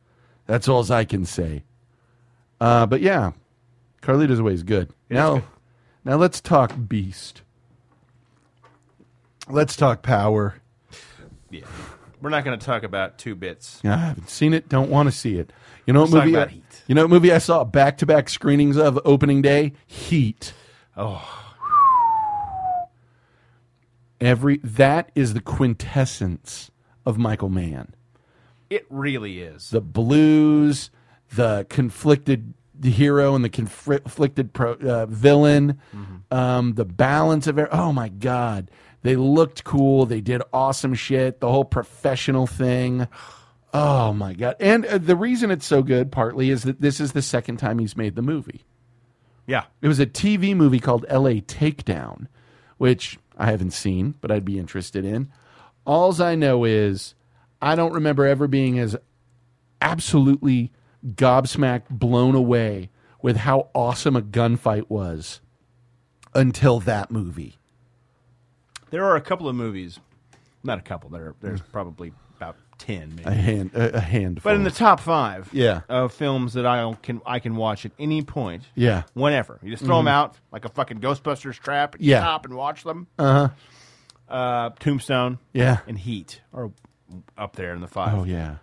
S9: That's all I can say. Uh, but yeah, Carlito's way is good. now, now let's talk Beast. Let's talk Power.
S11: Yeah. We're not going to talk about two bits.
S9: I haven't seen it. Don't want to see it. You know what
S11: Let's talk
S9: movie?
S11: about
S9: I,
S11: Heat.
S9: you know what movie I saw back to back screenings of opening day? Heat.
S11: Oh,
S9: Every that is the quintessence of Michael Mann.
S11: it really is.
S9: The blues, the conflicted hero and the conflicted pro, uh, villain, um, the balance of it. Oh my God, they looked cool. They did awesome shit. The whole professional thing. Oh my God! And uh, the reason it's so good, partly, is that this is the second time he's made the movie.
S11: Yeah.
S9: It was a TV movie called LA Takedown, which I haven't seen, but I'd be interested in. Alls I know is I don't remember ever being as absolutely gobsmacked, blown away with how awesome a gunfight was until that movie.
S11: There are a couple of movies, not a couple. There, there's probably about ten, maybe.
S9: A hand, a, a handful.
S11: But in the top five,
S9: Yeah.
S11: of films that I can I can watch at any point,
S9: Yeah.
S11: whenever you just throw them
S9: Mhm.
S11: out like a fucking Ghostbusters trap, and
S9: Yeah.
S11: stop and watch them.
S9: Uh-huh.
S11: Uh, Tombstone,
S9: Yeah.
S11: and Heat are up there in the five.
S9: Oh yeah.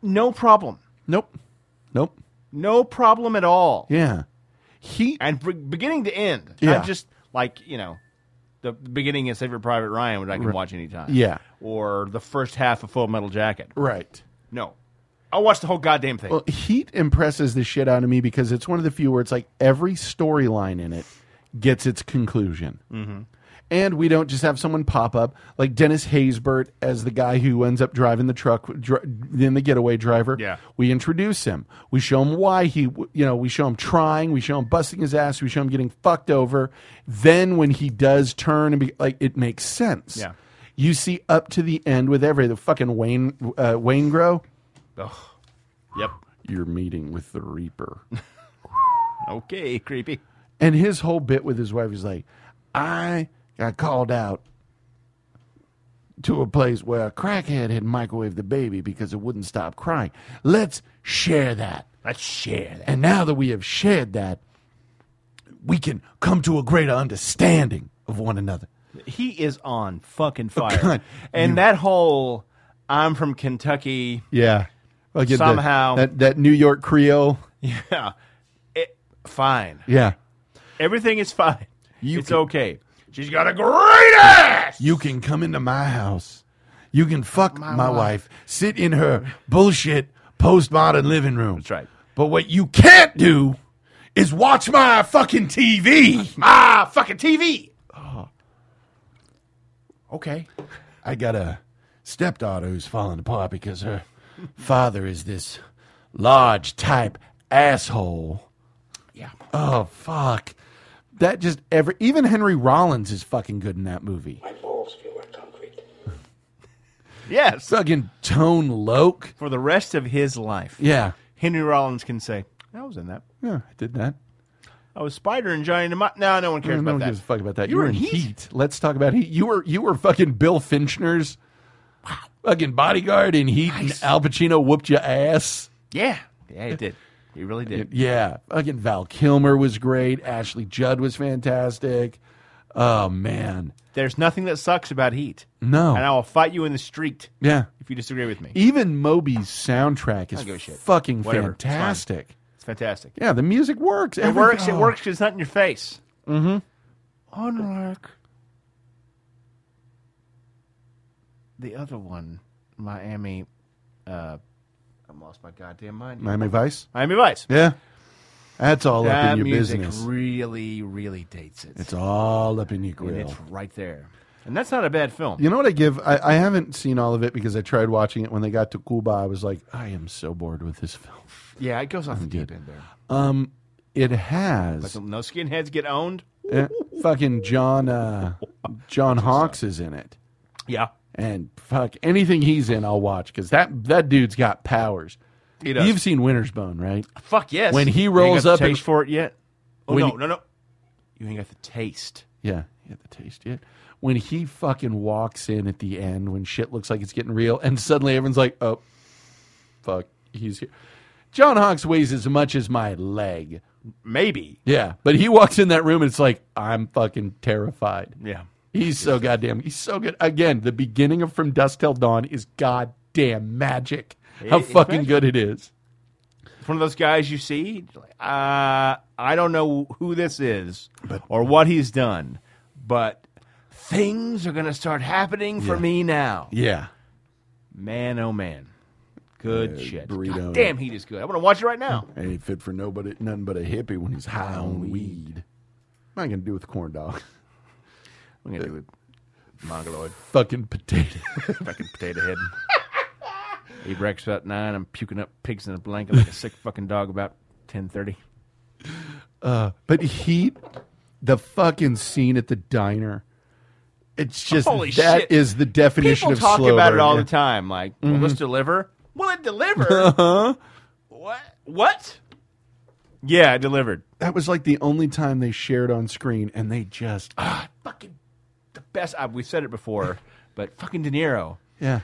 S11: no problem,
S9: Nope. Nope.
S11: no problem at all.
S9: Yeah. Heat
S11: and be- beginning to end,
S9: Yeah.
S11: not just like you know. The beginning of Savior Private Ryan, which I can
S9: Right.
S11: watch anytime.
S9: Yeah.
S11: Or the first half of Full Metal Jacket.
S9: Right.
S11: No. I'll watch the whole goddamn thing.
S9: Well, Heat impresses the shit out of me because it's one of the few where it's like every storyline in it gets its conclusion.
S11: Mhm.
S9: And we don't just have someone pop up like Dennis Haysbert as the guy who ends up driving the truck, dri- then the getaway driver.
S11: Yeah.
S9: We introduce him. We show him why he, w- you know, we show him trying. We show him busting his ass. We show him getting fucked over. Then when he does turn and be like, it makes sense.
S11: Yeah.
S9: You see up to the end with every the fucking Wayne uh, Wayne Grow
S11: Ugh. Yep.
S9: your meeting with the Reaper.
S11: Okay, creepy.
S9: and his whole bit with his wife is like, I got called out to a place where a crackhead had microwaved the baby because it wouldn't stop crying. Let's share that.
S11: Let's share that.
S9: And now that we have shared that, we can come to a greater understanding of one another.
S11: He is on fucking fire.
S9: God,
S11: and
S9: you-
S11: that whole I'm from Kentucky.
S9: Yeah.
S11: Somehow.
S9: that, that New York Creole.
S11: Yeah. It, fine.
S9: Yeah.
S11: Everything is fine. it's okay. She's got a great ass.
S9: You can come into my house. You can fuck my, wife. Sit in her bullshit postmodern living room. That's
S11: right.
S9: But what you can't do is watch my fucking TV.
S11: Ah, fucking TV.
S9: okay. I got a stepdaughter who's falling apart because her father is this large type asshole.
S11: Yeah.
S9: Oh fuck. That just ever even Henry Rollins is fucking good in that movie.
S11: Yes.
S9: Fucking Tone Loke.
S11: For the rest of his life.
S9: Yeah.
S11: Henry Rollins can say, I was in that.
S9: Yeah, I did that.
S11: I was Spider and Johnny Demo- No, no one cares
S9: no
S11: about
S9: one
S11: that.
S9: gives a fuck about that.
S11: You
S9: You, were,
S11: were
S9: in
S11: in
S9: heat. Let's talk about heat. You were you were fucking Bill Finchner's fucking bodyguard in heat. And Al Pacino whooped your ass.
S11: Yeah. Yeah, he did. He really did.
S9: Yeah, fucking Val Kilmer was great. Ashley Judd was fantastic. Oh man,
S11: There's nothing that sucks about heat.
S9: No.
S11: And I will fight you in the street
S9: yeah.
S11: if you disagree with me.
S9: Even Moby's soundtrack
S11: I don't give a
S9: is
S11: shit.
S9: fucking
S11: Whatever. It's fine.
S9: fantastic.
S11: It's fantastic.
S9: Yeah, the music works.
S11: It works. It works 'cause it's not in your face.
S9: Mm-hmm.
S11: Unlike the other one, Miami. Uh, I lost my goddamn mind.
S9: Miami Vice.
S11: Miami Vice.
S9: Yeah, that's all
S11: that
S9: up in your
S11: music
S9: business.
S11: really, really dates it.
S9: it's all up in your
S11: And
S9: grill.
S11: it's right there. And that's not a bad film.
S9: You know what I give? I, I haven't seen all of it because I tried watching it when they got to Cuba. I was like, I am so bored with this film.
S11: Yeah, it goes off the
S9: I'm
S11: deep
S9: good.
S11: end there.
S9: Um, it
S11: But
S9: has
S11: no skinheads get owned.
S9: eh, fucking John uh, John Hawks is in it,
S11: Yeah.
S9: and fuck anything he's in, I'll watch because that that dude's got powers.
S11: He does.
S9: You've seen Winter's Bone, right?
S11: Fuck yes.
S9: When he
S11: You ain't
S9: rolls
S11: got
S9: up
S11: the
S9: and-
S11: taste for it yet. Oh
S9: When
S11: no,
S9: he-
S11: no, no. You ain't got the taste.
S9: Yeah, he had the taste yet. When he fucking walks in at the end, when shit looks like it's getting real, and suddenly everyone's like, "Oh, fuck, he's here." John Hawks weighs as much as my leg.
S11: Maybe.
S9: Yeah, but he walks in that room and it's like I'm fucking terrified.
S11: Yeah.
S9: He's so goddamn. He's so good. Again, the beginning of From Dusk Till Dawn is goddamn magic. How
S11: It- it's
S9: fucking
S11: magic.
S9: good it is.
S11: It's one of those guys you see. you're like, Uh, I don't know who this is or what he's done, but things are going to start happening for
S9: Yeah.
S11: me now.
S9: Yeah.
S11: Man, oh man. Good
S9: Yeah,
S11: shit.
S9: burrito.
S11: God damn, heat is good. I want to watch it right now.
S9: Ain't fit for nobody, nothing but a hippie when he's high on weed. Not gonna do with corn dogs.
S11: I'm going to do it. Mongoloid.
S9: Fucking potato.
S11: fucking potato head. Eat breakfast about nine. I'm puking up pigs in a blanket like a sick fucking dog about ten thirty.
S9: Uh, but Heat, the fucking scene at the diner, it's just that
S11: Holy
S9: is
S11: shit.
S9: the definition
S11: People
S9: of
S11: talk
S9: slow
S11: about it
S9: burn.
S11: all
S9: Yeah.
S11: the time. Like, will this deliver? Will it deliver?
S9: Uh-huh.
S11: what? What? Yeah, it delivered.
S9: That was like the only time they shared on screen, and they just
S11: uh, Fucking the best. I, we've said it before, but fucking De Niro.
S9: yeah.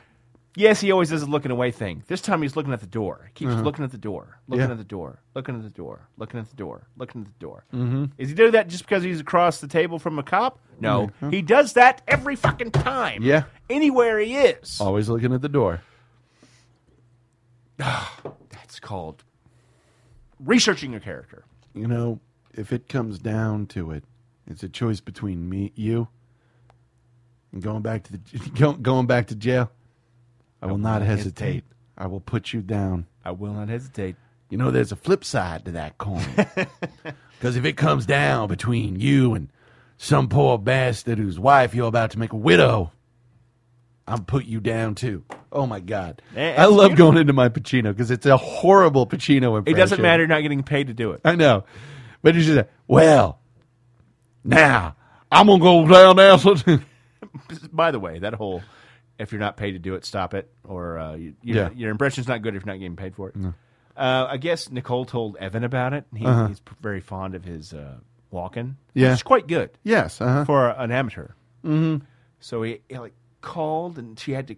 S11: Yes, he always does a looking away thing. This time he's looking at the door. He keeps
S9: Uh-huh.
S11: looking at the door, looking
S9: Yeah.
S11: at the door, looking at the door, looking at the door, looking at the door.
S9: Mhm.
S11: Is he doing that just because he's across the table from a cop? No.
S9: Mhm.
S11: He does that every fucking time.
S9: Yeah.
S11: Anywhere he is.
S9: Always looking at the door.
S11: That's called researching your character.
S9: You know, if it comes down to it, it's a choice between me, you, and going back to the go, going back to jail. I will not hesitate. I will put you down.
S11: I will not hesitate.
S9: You know, there's a flip side to that coin. Because if it comes down between you and some poor bastard whose wife you're about to make a widow, I'll put you down too. Oh my God!
S11: Eh,
S9: I love
S11: beautiful.
S9: going into my Pacino because it's a horrible Pacino
S11: It
S9: impression.
S11: doesn't matter you're not getting paid to do it.
S9: I know. But he's just like, well, now I'm going to go down there. so-"
S11: By the way, that whole if you're not paid to do it, stop it, or uh, you, you-
S9: Yeah.
S11: your impression's not good if you're not getting paid for it. Uh, I guess Nicole told Evan about it. and He,
S9: Uh-huh.
S11: He's p- very fond of his uh, walking.
S9: Yeah.
S11: It's quite good.
S9: Yes, uh-huh.
S11: For an amateur.
S9: Mhm.
S11: So he, he like called and she had to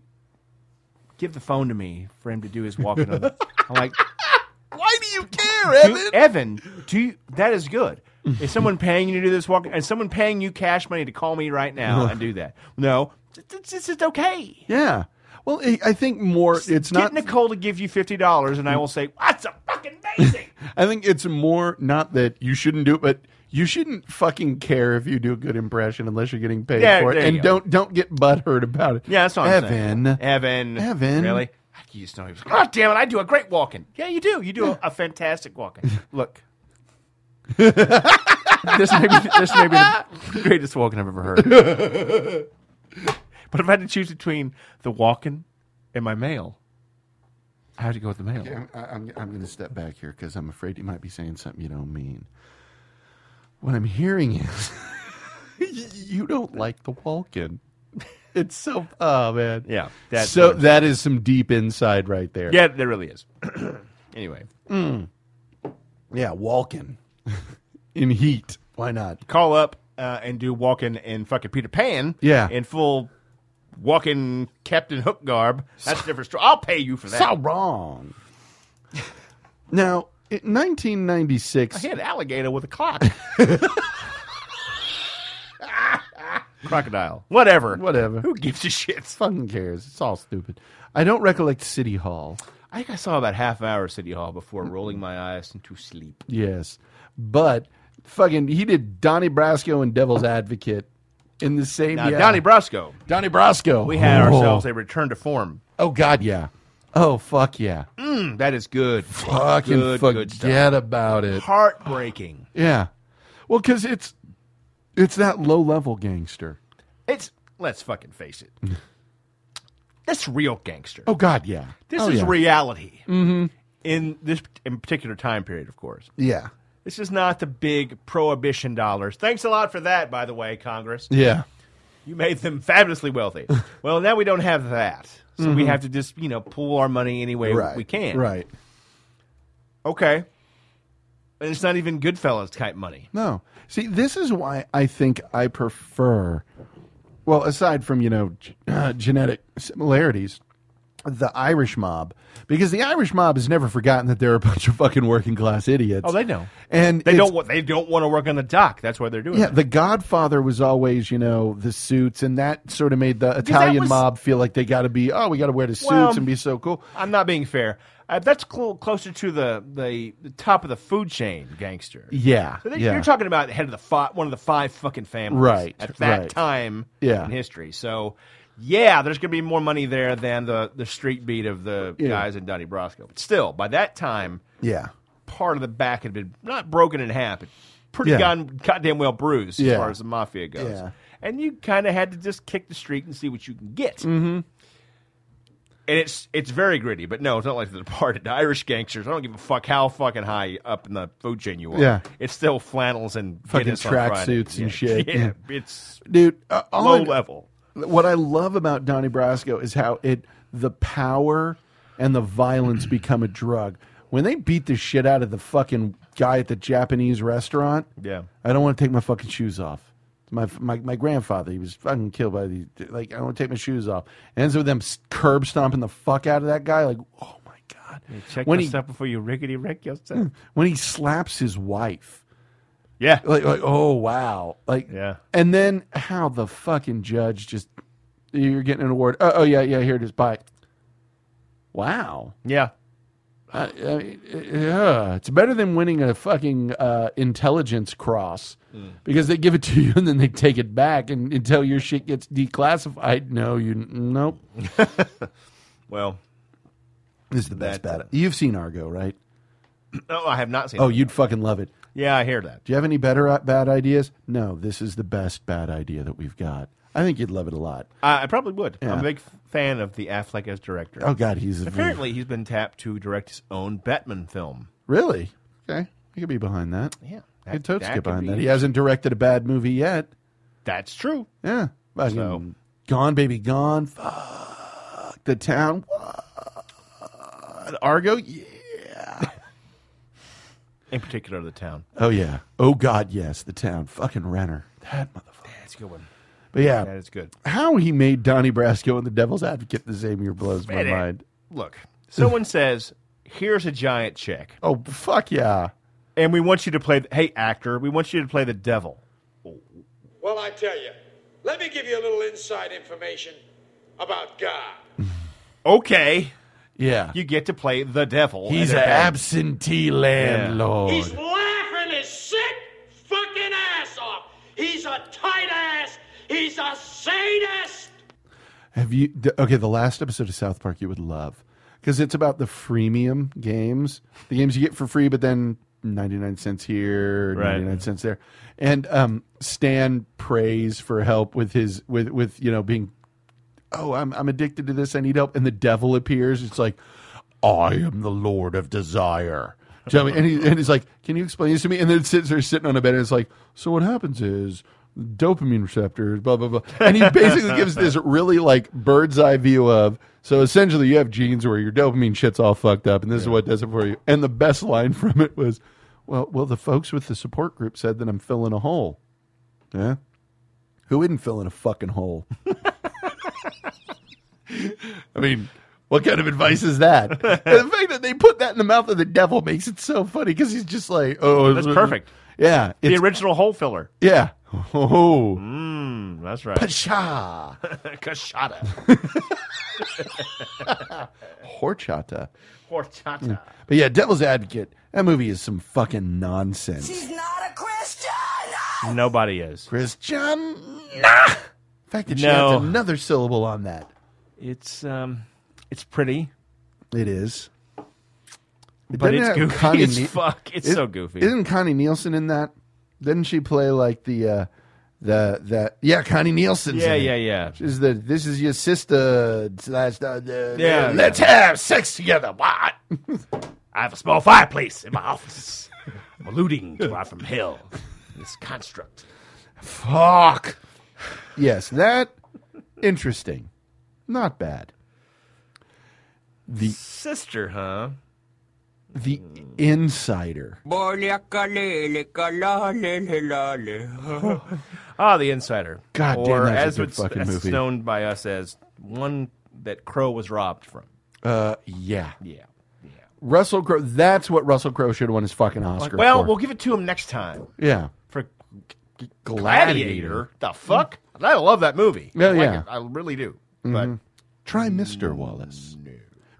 S11: give the phone to me for him to do his walking. on the- I'm like,
S13: Why do you care,
S11: do, Evan, do you, that is good. Is someone paying you to do this walking? Is someone paying you cash money to call me right now and do that? No, it's, it's just okay.
S9: yeah. Well, I- I think more, it's
S11: Get
S9: not.
S11: Nicole to give you fifty dollars, and I will say that's a fucking
S9: I think it's more not that you shouldn't do it, but you shouldn't fucking care if you do a good impression unless you're getting paid
S11: Yeah,
S9: for it,
S11: there you
S9: and
S11: go.
S9: don't don't get butthurt about it.
S11: yeah. That's what I'm
S9: Evan.
S11: saying. Evan,
S9: Evan.
S11: really? You just know he was. God damn it! I do a great walking. Yeah, you do. You do a, a fantastic walking. Look, this may be, this may be the greatest walking I've ever heard. but if I had to choose between the walking and my mail, I have to go with the mail.
S9: Okay, I'm, I'm, I'm going to step back here because I'm afraid you might be saying something you don't mean. What I'm hearing is y- you don't like the Walken. It's so oh man
S11: Yeah, that's
S9: so
S11: what I'm
S9: that is some deep inside right there.
S11: Yeah, there really is. anyway,
S9: Mm. yeah, Walken in heat. Why not?
S11: call up uh, and do walking in fucking Peter Pan.
S9: Yeah.
S11: In full walking Captain Hook garb. That's a different story. I'll pay you for that.
S9: So wrong. Now, in 1996,
S11: I hit alligator with a clock. Crocodile. Whatever.
S9: Whatever.
S11: Who gives a shit?
S9: Fucking cares. It's all stupid. I don't recollect City Hall.
S11: I think I saw about half an hour of City Hall before rolling my eyes into sleep.
S9: Yes. But fucking he did Donnie Brasco and Devil's Advocate in the same
S11: Now,
S9: year.
S11: Donnie Brasco.
S9: Donnie Brasco.
S11: We had
S9: Oh.
S11: ourselves a return to form.
S9: Oh god, yeah. Oh fuck yeah.
S11: Mm, that is good.
S9: Fucking
S11: Good, good stuff.
S9: forget about it.
S11: Heartbreaking.
S9: Yeah. Well, cuz it's it's that low level gangster.
S11: It's let's fucking face it. That's real gangster.
S9: Oh god, yeah.
S11: This
S9: Oh,
S11: is
S9: yeah.
S11: reality
S9: Mhm.
S11: in this in particular time period, of course.
S9: Yeah.
S11: This is not the big prohibition dollars. Thanks a lot for that, by the way, Congress.
S9: Yeah.
S11: You made them fabulously wealthy. well, now we don't have that. So we
S9: Mhm.
S11: have to just, you know, pool our money any way
S9: Right.
S11: we can.
S9: Right.
S11: Okay. And it's not even Goodfellas type money.
S9: No. See, this is why I think I prefer, well, aside from, you know, g- uh, genetic similarities, the Irish mob, because the Irish mob has never forgotten that they're a bunch of fucking working class idiots.
S11: Oh, they know.
S9: And
S11: They
S9: it's-
S11: don't want they don't want to work on the dock. That's why they're doing
S9: Yeah,
S11: it.
S9: The Godfather was always, you know, the suits, and that sort of made the Italian
S11: was-
S9: mob feel like they got to be, oh, we got to wear the suits
S11: Well,
S9: and be so cool.
S11: I'm not being fair. Uh, that's cl- closer to the, the the top of the food chain gangster.
S9: Yeah,
S11: So they-
S9: yeah.
S11: you're talking about the head of the fi- one of the five fucking families,
S9: Right,
S11: At that
S9: right.
S11: time
S9: Yeah.
S11: in history, so yeah, there's going to be more money there than the the street beat of the
S9: Yeah.
S11: guys in Donnie Brasco. But still, by that time,
S9: Yeah.
S11: part of the back had been not broken in half, but pretty
S9: Yeah.
S11: god- goddamn well bruised
S9: Yeah.
S11: as far as the mafia goes.
S9: Yeah.
S11: And you kind of had to just kick the street and see what you can get.
S9: Mm-hmm.
S11: And it's it's very gritty, but no, it's not like the Departed. The Irish gangsters, I don't give a fuck how fucking high up in the food chain you are.
S9: Yeah.
S11: it's still flannels and
S9: Fucking
S11: Guinness on
S9: track
S11: Friday.
S9: suits and
S11: Yeah.
S9: shit,
S11: Yeah,
S9: yeah.
S11: it's
S9: dude uh, all
S11: low
S9: I-
S11: level.
S9: what i love about donnie brasco is how it the power and the violence become a drug when they beat the shit out of the fucking guy at the japanese restaurant
S11: Yeah.
S9: i don't want to take my fucking shoes off My, my my grandfather, he was fucking killed by the like. I don't take my shoes off. Ends with them s- curb stomping the fuck out of that guy. Like, oh my god!
S8: Check
S9: When he- Hmm.
S8: yourself before you rickety wreck yourself.
S9: when he slaps his wife.
S11: Yeah.
S9: Like, like oh wow. Like
S11: yeah.
S9: And then how the fucking judge just you're getting an award. Oh, oh yeah, yeah, here it is. Bye. Wow.
S11: Yeah.
S9: I, I mean, yeah, it's better than winning a fucking uh, intelligence cross
S11: Mm.
S9: because they give it to you and then they take it back and until your shit gets declassified. No, you nope.
S11: Well,
S9: this is the best
S11: That-
S9: bet. You've seen Argo, right?
S11: no, I have not seen.
S9: Oh,
S11: that.
S9: you'd fucking love it.
S11: Yeah, I hear that.
S9: Do you have any better uh, bad ideas? No, this is the best bad idea that we've got. I think you'd love it a lot.
S11: I, I probably would.
S9: Yeah.
S11: I'm a big fan of the Affleck as director.
S9: Oh, God, he's a-
S11: apparently he's been tapped to direct his own Batman film.
S9: Really? Okay. I could be behind that.
S11: Yeah. That-
S9: I could totes
S11: that
S9: get
S11: could
S9: behind
S11: be-
S9: that. He hasn't directed a bad movie yet.
S11: That's true.
S9: Yeah. Fucking
S11: So-
S9: Gone Baby Gone. Fuck the town. What? Argo? Yeah.
S11: In particular, the town.
S9: Oh yeah. Oh God, yes, the town. Fucking Renner. That motherfucker.
S11: That's a good one.
S9: But yeah.
S11: that is good.
S9: How he made Donnie Brasco and the Devil's Advocate the same year blows my
S11: Man,
S9: mind.
S11: Look, someone says, "Here's a giant check."
S9: Oh fuck yeah.
S11: And we want you to play. Hey, actor, we want you to play the devil.
S4: Well, I tell you, let me give you a little inside information about God.
S11: Okay.
S9: Yeah.
S11: You get to play the devil.
S9: He's
S11: and
S9: an
S11: they're bad.
S9: absentee
S4: He's
S9: landlord.
S4: laughing his sick fucking ass off. He's a tight ass. He's a sadist.
S9: Have you th- okay? The last episode of South Park you would love because it's about the freemium games, the games you get for free, but then ninety nine cents here,
S11: Right.
S9: ninety nine cents there, and um, Stan prays for help with his with with you know being, oh I'm I'm addicted to this, I need help, and the devil appears. It's like, I am the Lord of Desire. Do you know what I mean? and, he, and he's like, "Can you explain this to me?" And then sits there sitting on a bed, and it's like, "So what happens is dopamine receptors, blah blah blah." And he basically gives this really like bird's eye view of. So essentially, you have genes where your dopamine shit's all fucked up, and this is what does it for you. And the best line from it was, "Well, well, the folks with the support group said that I'm filling a hole." Yeah, who isn't filling a fucking hole? I mean, what kind of advice is that? and the fact that they put that in the mouth of the devil makes it so funny because he's just like, oh,
S11: That's perfect.
S9: Yeah,
S11: The
S9: it's-
S11: original hole filler.
S9: yeah. Oh,
S11: Mm, that's right.
S9: Pasha.
S11: Kashada.
S9: horchata.
S11: Horchata.
S9: Yeah. But yeah, Devil's Advocate. That movie is some fucking nonsense.
S10: She's not a Christian.
S11: Mm. Nobody is.
S9: Christian. Nah. In fact, that she adds
S11: No.
S9: another syllable on that.
S11: It's um, it's pretty.
S9: It is.
S11: But
S9: doesn't
S11: it's
S9: have
S11: goofy
S9: Connie
S11: as
S9: Ne-
S11: fuck. It's so goofy.
S9: Isn't Connie Nielsen in that? Didn't she play like the uh the that yeah Connie Nielsen's
S11: Yeah,
S9: in it.
S11: yeah, yeah.
S9: She's the this is your sister slash uh, the,
S11: Yeah.
S9: let's have sex together. What?
S11: I have a small fireplace in my office. I'm alluding to our from hell. This construct.
S9: Fuck. Yes, that interesting. Not bad. The
S11: sister, huh?
S9: The insider.
S11: Ah, The Insider.
S9: God damn,
S11: or
S9: that's a
S11: as
S9: good
S11: it's
S9: fucking
S11: as
S9: movie.
S11: it's known by us as one that Crow was robbed from.
S9: Uh yeah.
S11: Yeah.
S9: Russell Crowe that's what Russell Crowe should have won his fucking
S11: Like,
S9: Oscar.
S11: well,
S9: for.
S11: we'll give it to him next time.
S9: Yeah.
S11: For G- G-
S9: Gladiator.
S11: Gladiator. The fuck? I love that movie.
S9: Yeah,
S11: I like
S9: yeah.
S11: it. I really do.
S9: Mhm. try Mr. Wallace.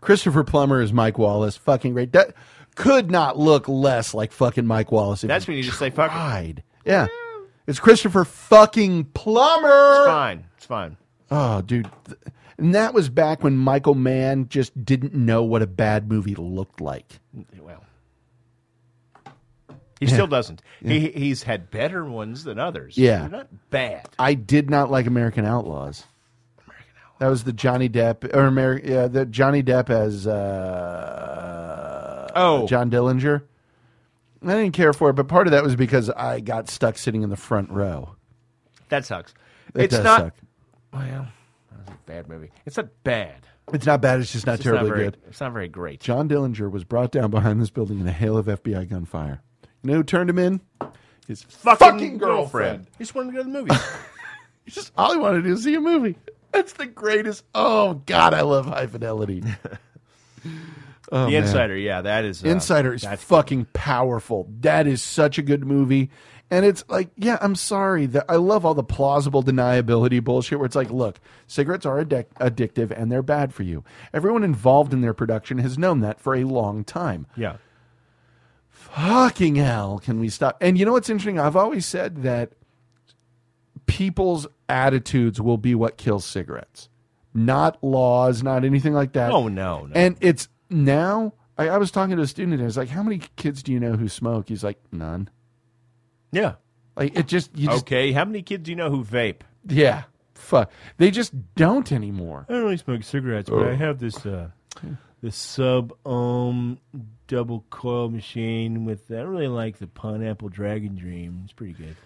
S9: Christopher Plummer is Mike Wallace. Fucking great. That could not look less like fucking Mike Wallace. if
S11: That's
S9: you
S11: when you just say fuck it.
S9: tried. Yeah. It's Christopher fucking Plummer.
S11: It's fine. It's fine.
S9: Oh, dude. Th- And that was back when Michael Mann just didn't know what a bad movie looked like.
S11: Well, he
S9: Yeah.
S11: still doesn't.
S9: Yeah.
S11: He he's had better ones than others.
S9: Yeah.
S11: They're not bad.
S9: I did not like American Outlaws. That was the Johnny Depp or Ameri- yeah, the Johnny Depp as uh,
S11: Oh.
S9: John Dillinger. I didn't care for it, but part of that was because I got stuck sitting in the front row.
S11: That sucks.
S9: That
S11: it's
S9: does
S11: not.
S9: suck.
S11: Well, that's a bad movie. It's not bad.
S9: It's not bad. It's just not
S11: It's just
S9: terribly
S11: very-
S9: good.
S11: It's not very great.
S9: John Dillinger was brought down behind this building in a hail of FBI gunfire. You know who turned him in? his fucking, fucking girlfriend.
S11: He just wanted to go to the movies.
S9: just all he wanted to do is see a movie. That's the greatest. Oh God, I love High Fidelity. Oh,
S11: the
S9: man.
S11: Insider, yeah, that is uh,
S9: Insider is
S11: that's-
S9: fucking powerful. That is such a good movie. And it's like, yeah, I'm sorry that I love all the plausible deniability bullshit where it's like, look, cigarettes are addic- addictive and they're bad for you. Everyone involved in their production has known that for a long time.
S11: yeah.
S9: Fucking hell, can we stop? And you know what's interesting? I've always said that people's attitudes will be what kills cigarettes, not laws, not anything like that.
S11: Oh, no, no.
S9: And it's now. I, I was talking to a student. And I was like, "How many kids do you know who smoke?" He's like, "None."
S11: Yeah.
S9: Like it just you just
S11: okay, how many kids do you know who vape?
S9: yeah fuck they just don't anymore.
S11: I don't really smoke cigarettes, but I
S9: Oh.
S11: have this uh, this sub um double coil machine with. I really like the pineapple dragon dream. It's pretty good.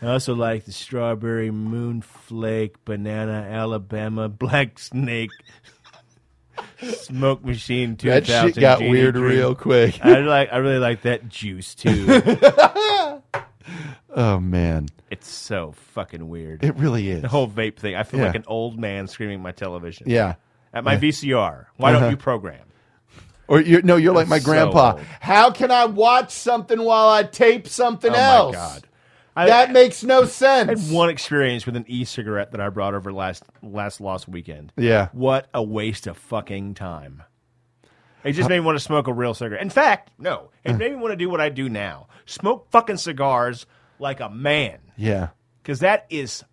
S11: I also like the strawberry moonflake banana Alabama black snake. Smoke machine two
S9: That
S11: thousand.
S9: shit got weird real quick.
S11: I like. I really like that juice too.
S9: Oh man,
S11: it's so fucking weird.
S9: It really is.
S11: The whole vape thing. I feel
S9: Yeah.
S11: like an old man screaming at my television.
S9: Yeah.
S11: At my
S9: Yeah.
S11: VCR. Why
S9: Uh-huh.
S11: don't you program?
S9: Or you're no, you're like my
S11: So
S9: grandpa.
S11: old.
S9: How can I watch something while I tape something
S11: Oh, my
S9: else?
S11: God.
S9: that makes no sense.
S11: I had one experience with an e-cigarette that I brought over last last lost weekend.
S9: Yeah.
S11: What a waste of fucking time. It just made me want to smoke a real cigarette. In fact, no. It made me want to do what I do now. Smoke fucking cigars like a man.
S9: Yeah,
S11: Because that is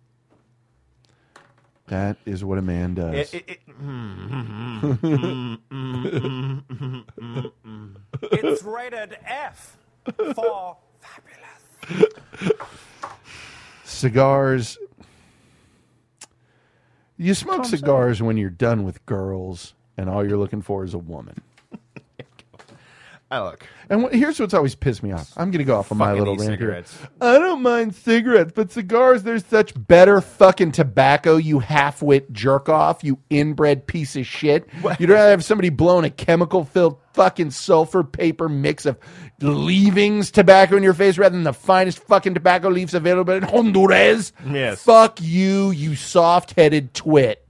S9: that is what a man does.
S11: it, it, it- mm, mm, mm, mm, mm, mm, mm, mm.
S14: It's rated F for
S9: cigars. You smoke cigars when you're done with girls, and all you're looking for is a woman.
S11: I look.
S9: And wh- here's what's always pissed me off. I'm going to go off on my
S11: Fucking
S9: little rant here.
S11: e-cigarettes.
S9: I don't mind cigarettes, but cigars, they're such better fucking tobacco, you half-wit jerk off, you inbred piece of shit. You'd rather have somebody blowing a chemical filled fucking sulfur paper mix of leavings tobacco in your face rather than the finest fucking tobacco leaves available in Honduras.
S11: Yes.
S9: Fuck you, you soft headed twit.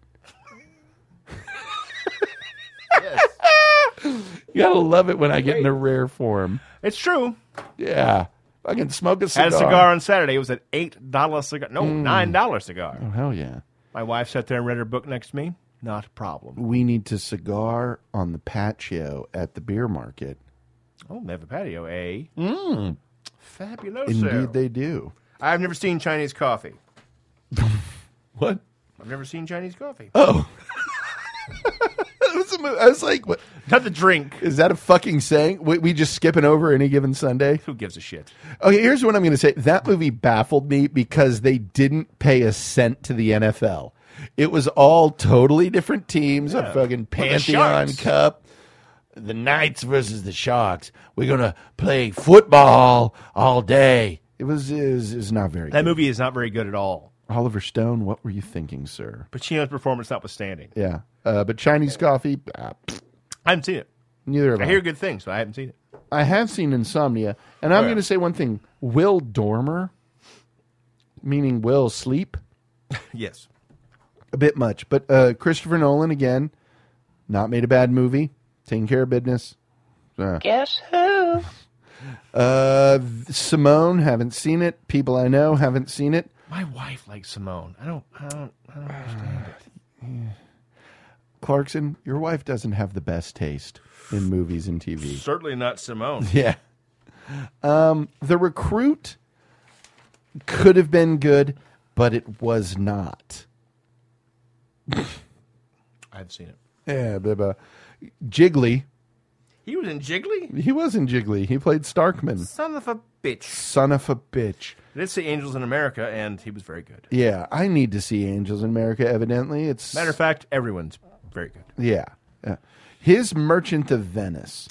S9: You gotta love it when I get in a rare form.
S11: It's true.
S9: Yeah. I can smoke a cigar.
S11: Had a cigar on Saturday. It was an eight dollar cigar. No,
S9: Mm.
S11: nine dollar cigar.
S9: Oh, hell yeah.
S11: My wife sat there and read her book next to me. Not a problem.
S9: We need to cigar on the patio at the beer market.
S11: Oh, they have a patio, eh?
S9: Mm.
S11: Fabuloso.
S9: Indeed, they do.
S11: I've never seen Chinese coffee.
S9: What?
S11: I've never seen Chinese coffee.
S9: Oh. That was a mo- I was like, what?
S11: Not the drink.
S9: Is that a fucking saying? We, we just skipping over any given Sunday?
S11: Who gives a shit?
S9: Okay, here's what I'm going to say. That movie baffled me because they didn't pay a cent to the NFL. It was all totally different teams.
S11: Yeah.
S9: A fucking
S11: Well, the
S9: Pantheon
S11: Sharks.
S9: Cup. The Knights versus the Sharks. We're going to play football all day. It was is is not very
S11: That
S9: good.
S11: movie is not very good at all.
S9: Oliver Stone, what were you thinking, sir?
S11: Pacino's performance notwithstanding.
S9: Yeah. Uh, but Chinese coffee, ah, pfft,
S11: I haven't seen it.
S9: neither of
S11: I
S9: them.
S11: hear good things, but I haven't seen it.
S9: I have seen Insomnia, and I'm
S11: Oh, yeah.
S9: going to say one thing. Will Dormer, meaning Will Sleep,
S11: Yes.
S9: a bit much, but uh, Christopher Nolan again, not made a bad movie, taking care of business. Uh,
S14: Guess who?
S9: uh, Simone, haven't seen it. People I know haven't seen it.
S11: My wife likes Simone. I don't. I don't. I don't understand it.
S9: Clarkson, your wife doesn't have the best taste in movies and TV.
S11: Certainly not Simone.
S9: Yeah. Um, the recruit could have been good, but it was not.
S11: I've seen it.
S9: Yeah, blah, blah. Jiggly.
S11: He was in Jiggly.
S9: He wasn't Jiggly. He played Starkman.
S11: Son of a bitch.
S9: Son of a bitch.
S11: I did see Angels in America, and he was very good.
S9: Yeah, I need to see Angels in America. Evidently, it's
S11: Matter of fact, everyone's very good.
S9: Yeah, yeah. his Merchant of Venice.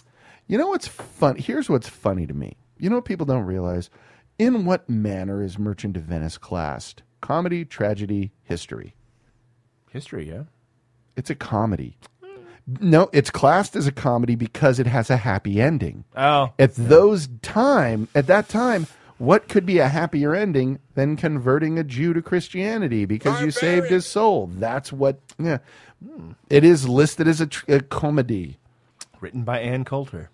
S9: You know what's fun? Here's what's funny to me. You know what people don't realize? In what manner is Merchant of Venice classed? Comedy, tragedy, history.
S11: History, yeah.
S9: It's a comedy.
S11: Hmm.
S9: No, it's classed as a comedy because it has a happy ending.
S11: Oh,
S9: At those time, at that time, What could be a happier ending than converting a Jew to Christianity because you saved his soul? That's what. Yeah. Hmm. It is listed as a, tr- a comedy.
S11: Written by Ann Coulter.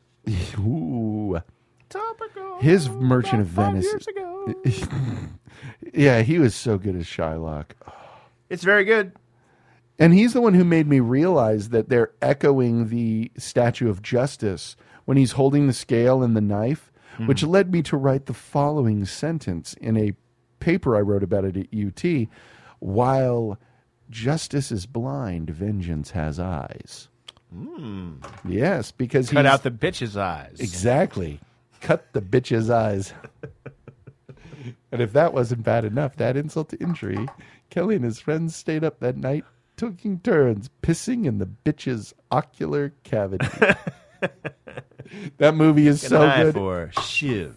S9: Ooh. Topical. His Merchant of Venice. yeah, he was so good as Shylock.
S11: It's very good.
S9: And he's the one who made me realize that they're echoing the statue of justice when he's holding the scale and the knife,
S11: Hmm.
S9: which led me to write the following sentence in a paper I wrote about it at UT while justice is blind, vengeance has eyes.
S11: Mm.
S9: Yes, because
S11: Cut
S9: he's-
S11: out the bitch's eyes.
S9: Exactly. Cut the bitch's eyes. and if that wasn't bad enough, that insult to injury, Kelly and his friends stayed up that night taking turns pissing in the bitch's ocular cavity. that movie is
S11: An
S9: so
S11: eye
S9: good.
S11: For Shiv.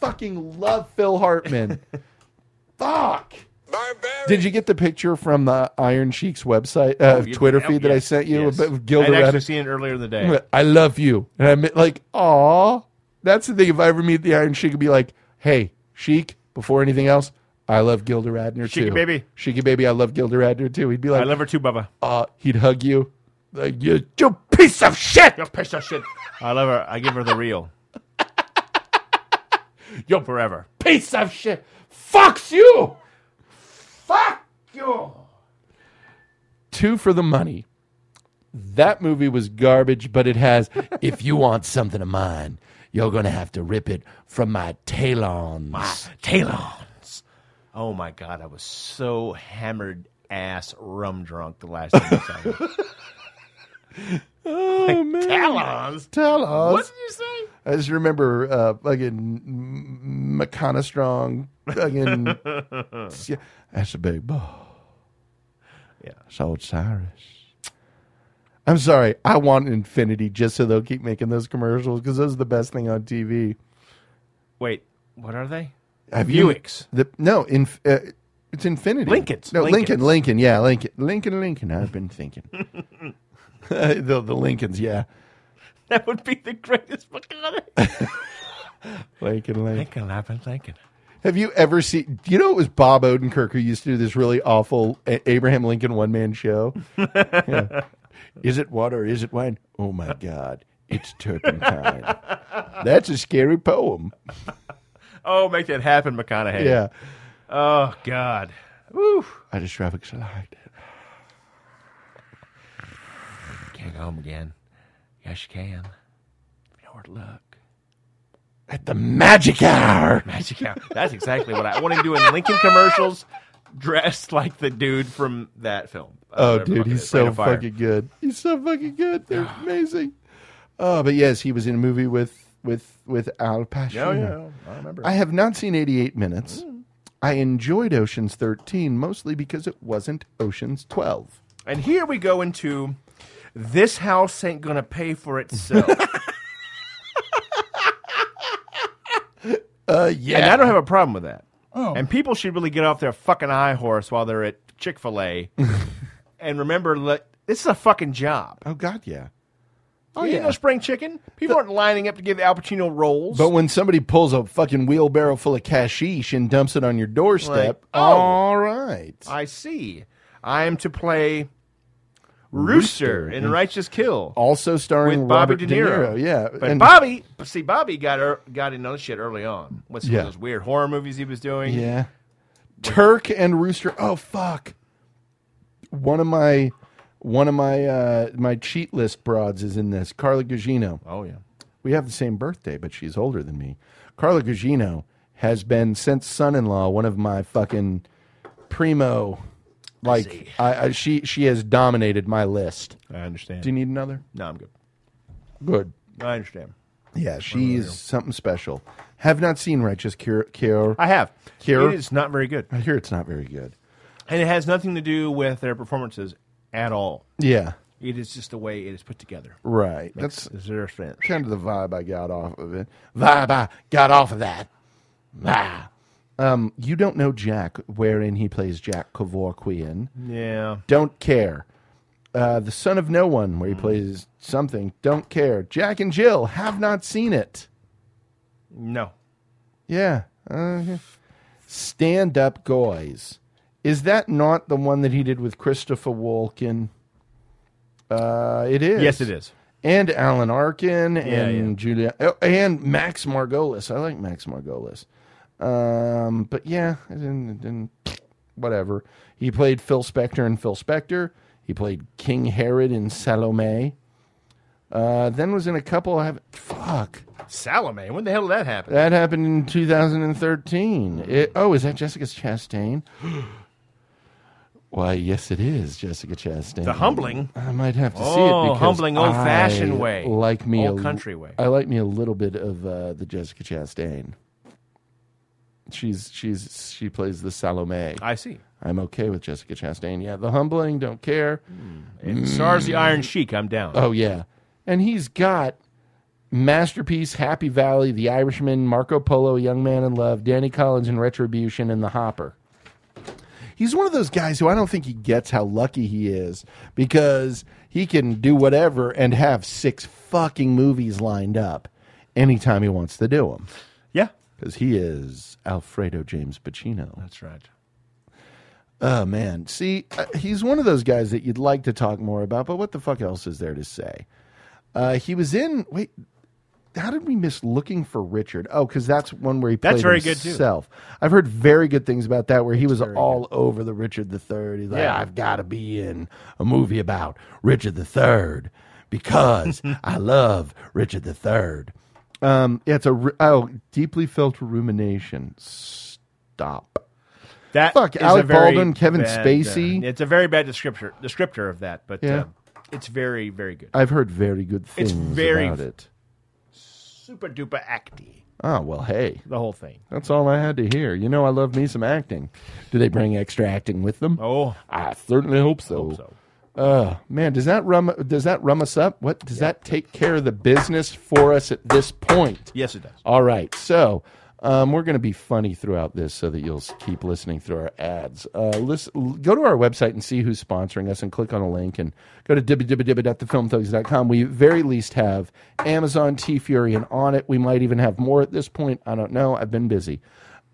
S9: Fucking love Phil Hartman. Fuck. Did you get the picture from the Iron Sheik's website, uh,
S11: you-
S9: Twitter
S11: oh,
S9: feed that I
S11: yes,
S9: sent you?
S11: yes.
S9: About Gilda
S11: I'd actually
S9: Radis-
S11: seen it earlier in the day.
S9: I love you, and I'm like, aw. That's the thing. If I ever meet the Iron Sheik, I'd be like, hey, Sheik. Before anything else, I love Gilda Radner
S11: Sheiky
S9: too.
S11: baby.
S9: Sheiky baby. I love Gilda Radner too. He'd be like,
S11: I love her too, Bubba.
S9: Uh, he'd hug you, like you, you piece of shit.
S11: You piece of shit. I love her. I give her the real.
S9: Yo,
S11: forever.
S9: piece of shit. Fucks you. Fuck you. Two for the money. That movie was garbage, but it has. if you want something of mine, you're gonna have to rip it from my talons.
S11: Talons. Oh my god, I was so hammered ass rum drunk the last time I saw it.
S9: Oh, man.
S11: Talons.
S9: Talons.
S11: What did you say?
S9: I just remember uh, fucking McConaughey Strong fucking. Yeah, that's a big ball.
S11: Yeah.
S9: So Cyrus. I'm sorry. I want Infinity just so they'll keep making those commercials because those are the best thing on TV.
S11: Wait, what are they?
S9: Have you-
S11: Buicks.
S9: the, no, in, uh, it's Infinity.
S11: Lincolns,
S9: No, Lincoln.
S11: Lincolns.
S9: Lincoln. Yeah, Lincoln. Lincoln. Lincoln. I've been thinking. the, the Lincolns. Yeah.
S11: That would be the greatest McConaughey.
S9: Lincoln. Lincoln.
S11: Lincoln, I've been thinking.
S9: Have you ever seen? Do you know it was Bob Odenkirk who used to do this really awful A- Abraham Lincoln one man show? Yeah. Is it water? Is it wine? Oh my God, it's turpentine. That's a scary poem.
S11: Oh, make that happen, McConaughey.
S9: Yeah.
S11: Oh God. Woo.
S9: I just traffic slide.
S11: Can't go home again. Yes, you can. You know where to look.
S9: At the magic hour.
S11: Magic hour. That's exactly what I, I want to do in Lincoln commercials, dressed like the dude from that film. Uh,
S9: Oh,
S11: whatever
S9: dude,
S11: the fuck it
S9: he's so
S11: is, Rain of Fire.
S9: fucking good. He's so fucking good. They're amazing. Oh, but yes, he was in a movie with with with Al Pacino.
S11: Yeah, yeah, I remember. Mm.
S9: I have not seen 88 Minutes. I enjoyed Ocean's 13 mostly because it wasn't Ocean's 12.
S11: And here we go into this house ain't gonna pay for itself.
S9: uh, yeah.
S11: And I don't have a problem with that.
S9: Oh.
S11: And people should really get off their fucking high horse while they're at Chick Fil A, and remember, let, this is a fucking job.
S9: Oh God, yeah.
S11: Oh, you know, spring chicken. People aren't lining up to give Al Pacino rolls.
S9: But when somebody pulls a fucking wheelbarrow full of cashish and dumps it on your doorstep,
S11: Like, oh.
S9: all right.
S11: I see. I am to play Rooster, in Righteous Kill
S9: Also starring
S11: with Bobby
S9: Robert
S11: De Niro.
S9: Yeah,
S11: but
S9: and-
S11: Bobby, but see, Bobby got er, got in on shit early on. What's
S9: Yeah.
S11: one of those weird horror movies he was doing?
S9: Yeah. Turk and Rooster. Oh fuck. One of my one of my uh my cheat list broads is in this. Carla Gugino.
S11: Oh yeah.
S9: We have the same birthday, but she's older than me. Carla Gugino has been since son-in-law one of my fucking primo like I, I she she has dominated my list.
S11: I understand.
S9: Do you need another?
S11: no, I'm good.
S9: Good.
S11: I understand.
S9: Yeah, she's something special. Have not seen Righteous Cure. Cure.
S11: I have.
S9: Cure.
S11: It is not very good,
S9: I hear it's not very good.
S11: and it has nothing to do with their performances at all.
S9: Yeah.
S11: It is just the way it is put together.
S9: Right.
S11: Makes
S9: That's
S11: zero sense.
S9: kind of the vibe I got off of it. Vibe I got off of that. Ah. Um, you don't know Jack, wherein he plays Jack Kevorkian.
S11: Yeah.
S9: Don't care. Uh, the Son of No One,
S11: Mm.
S9: where he plays something. Don't care. Jack and Jill have not seen it.
S11: No.
S9: Yeah. Uh, yeah. Stand Up Guys. Is that not the one that he did with Christopher Walken? Uh, it is.
S11: Yes, it is.
S9: And Alan Arkin
S11: Yeah,
S9: and Julia oh, and Max Margolis. I like Max Margolis. Um, but yeah, I didn't, it didn't whatever. He played Phil Spector in Phil Spector. He played King Herod in Salome. Uh, then was in a couple of fuck.
S11: Salome. When the hell did that happen?
S9: That happened in 2013. It, oh, is that Jessica Chastain? Why, yes, it is Jessica Chastain.
S11: The humbling?
S9: I might have to see
S11: Oh,
S9: it because
S11: humbling old-fashioned
S9: I
S11: way.
S9: like me
S11: Old
S9: a-
S11: country way.
S9: I like me a little bit of uh, the Jessica Chastain. She's she's she plays the Salome.
S11: I see.
S9: I'm okay with Jessica Chastain. Yeah, the humbling, don't care.
S11: It stars the Iron Sheik. I'm down.
S9: Oh yeah, and he's got masterpiece, Happy Valley, The Irishman, Marco Polo, Young Man in Love, Danny Collins in Retribution, and The Hopper. He's one of those guys who I don't think he gets how lucky he is because he can do whatever and have six fucking movies lined up anytime he wants to do them.
S11: Yeah.
S9: Because he is Alfredo James Pacino.
S11: That's right.
S9: Oh man, see, uh, he's one of those guys that you'd like to talk more about, but what the fuck else is there to say? Uh, he was in. Wait, how did we miss Looking for Richard? Oh, because that's one where he played
S11: That's very good, too.
S9: himself. I've heard very good things about that, where he was all over the Richard III. He's like,
S11: Yeah.
S9: I've got to be in a movie about Richard III because I love Richard III. Um, yeah, it's a ru- oh deeply felt rumination. Stop.
S11: That
S9: Fuck,
S11: is
S9: Alec
S11: a very
S9: Baldwin, Kevin
S11: bad,
S9: Spacey.
S11: uh, it's a very bad descriptor descriptor of that, but
S9: Yeah.
S11: uh, it's very very good.
S9: I've heard very good things
S11: It's very
S9: about it.
S11: Super duper acty.
S9: Oh well, hey,
S11: The whole thing.
S9: that's all I had to hear. You know, I love me some acting. Do they bring extra acting with them?
S11: Oh,
S9: I certainly hope so. Uh, man, does that rum does that rum us up? What does that take care of the business for us at this point?
S11: Yes, it does.
S9: All right, so um, we're going to be funny throughout this, so that you'll s- keep listening through our ads. Uh, listen, l- go to our website and see who's sponsoring us, and click on a link and go to www.thefilmthugs.com. We at very least have Amazon, T Fury, and on it. We might even have more at this point. I don't know. I've been busy.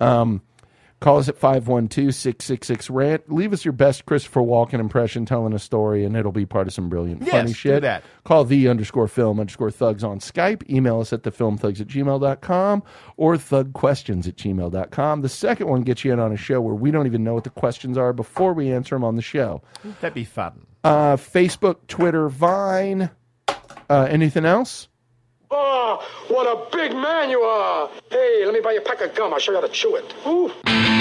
S9: Um, Call us at 512 666 rant. Leave us your best Christopher Walken impression telling a story, and it'll be part of some brilliant,
S11: Yes,
S9: funny
S11: do
S9: shit.
S11: that.
S9: Call the underscore film underscore thugs on Skype. Email us at thefilmthugs at gmail.com or thugquestions at gmail.com. The second one gets you in on a show where we don't even know what the questions are before we answer them on the show.
S11: That'd be fun.
S9: Uh, Facebook, Twitter, Vine. Uh, anything else?
S16: Oh, what a big man you are. Hey, let me buy you a pack of gum. I'll show you how to chew it. Ooh.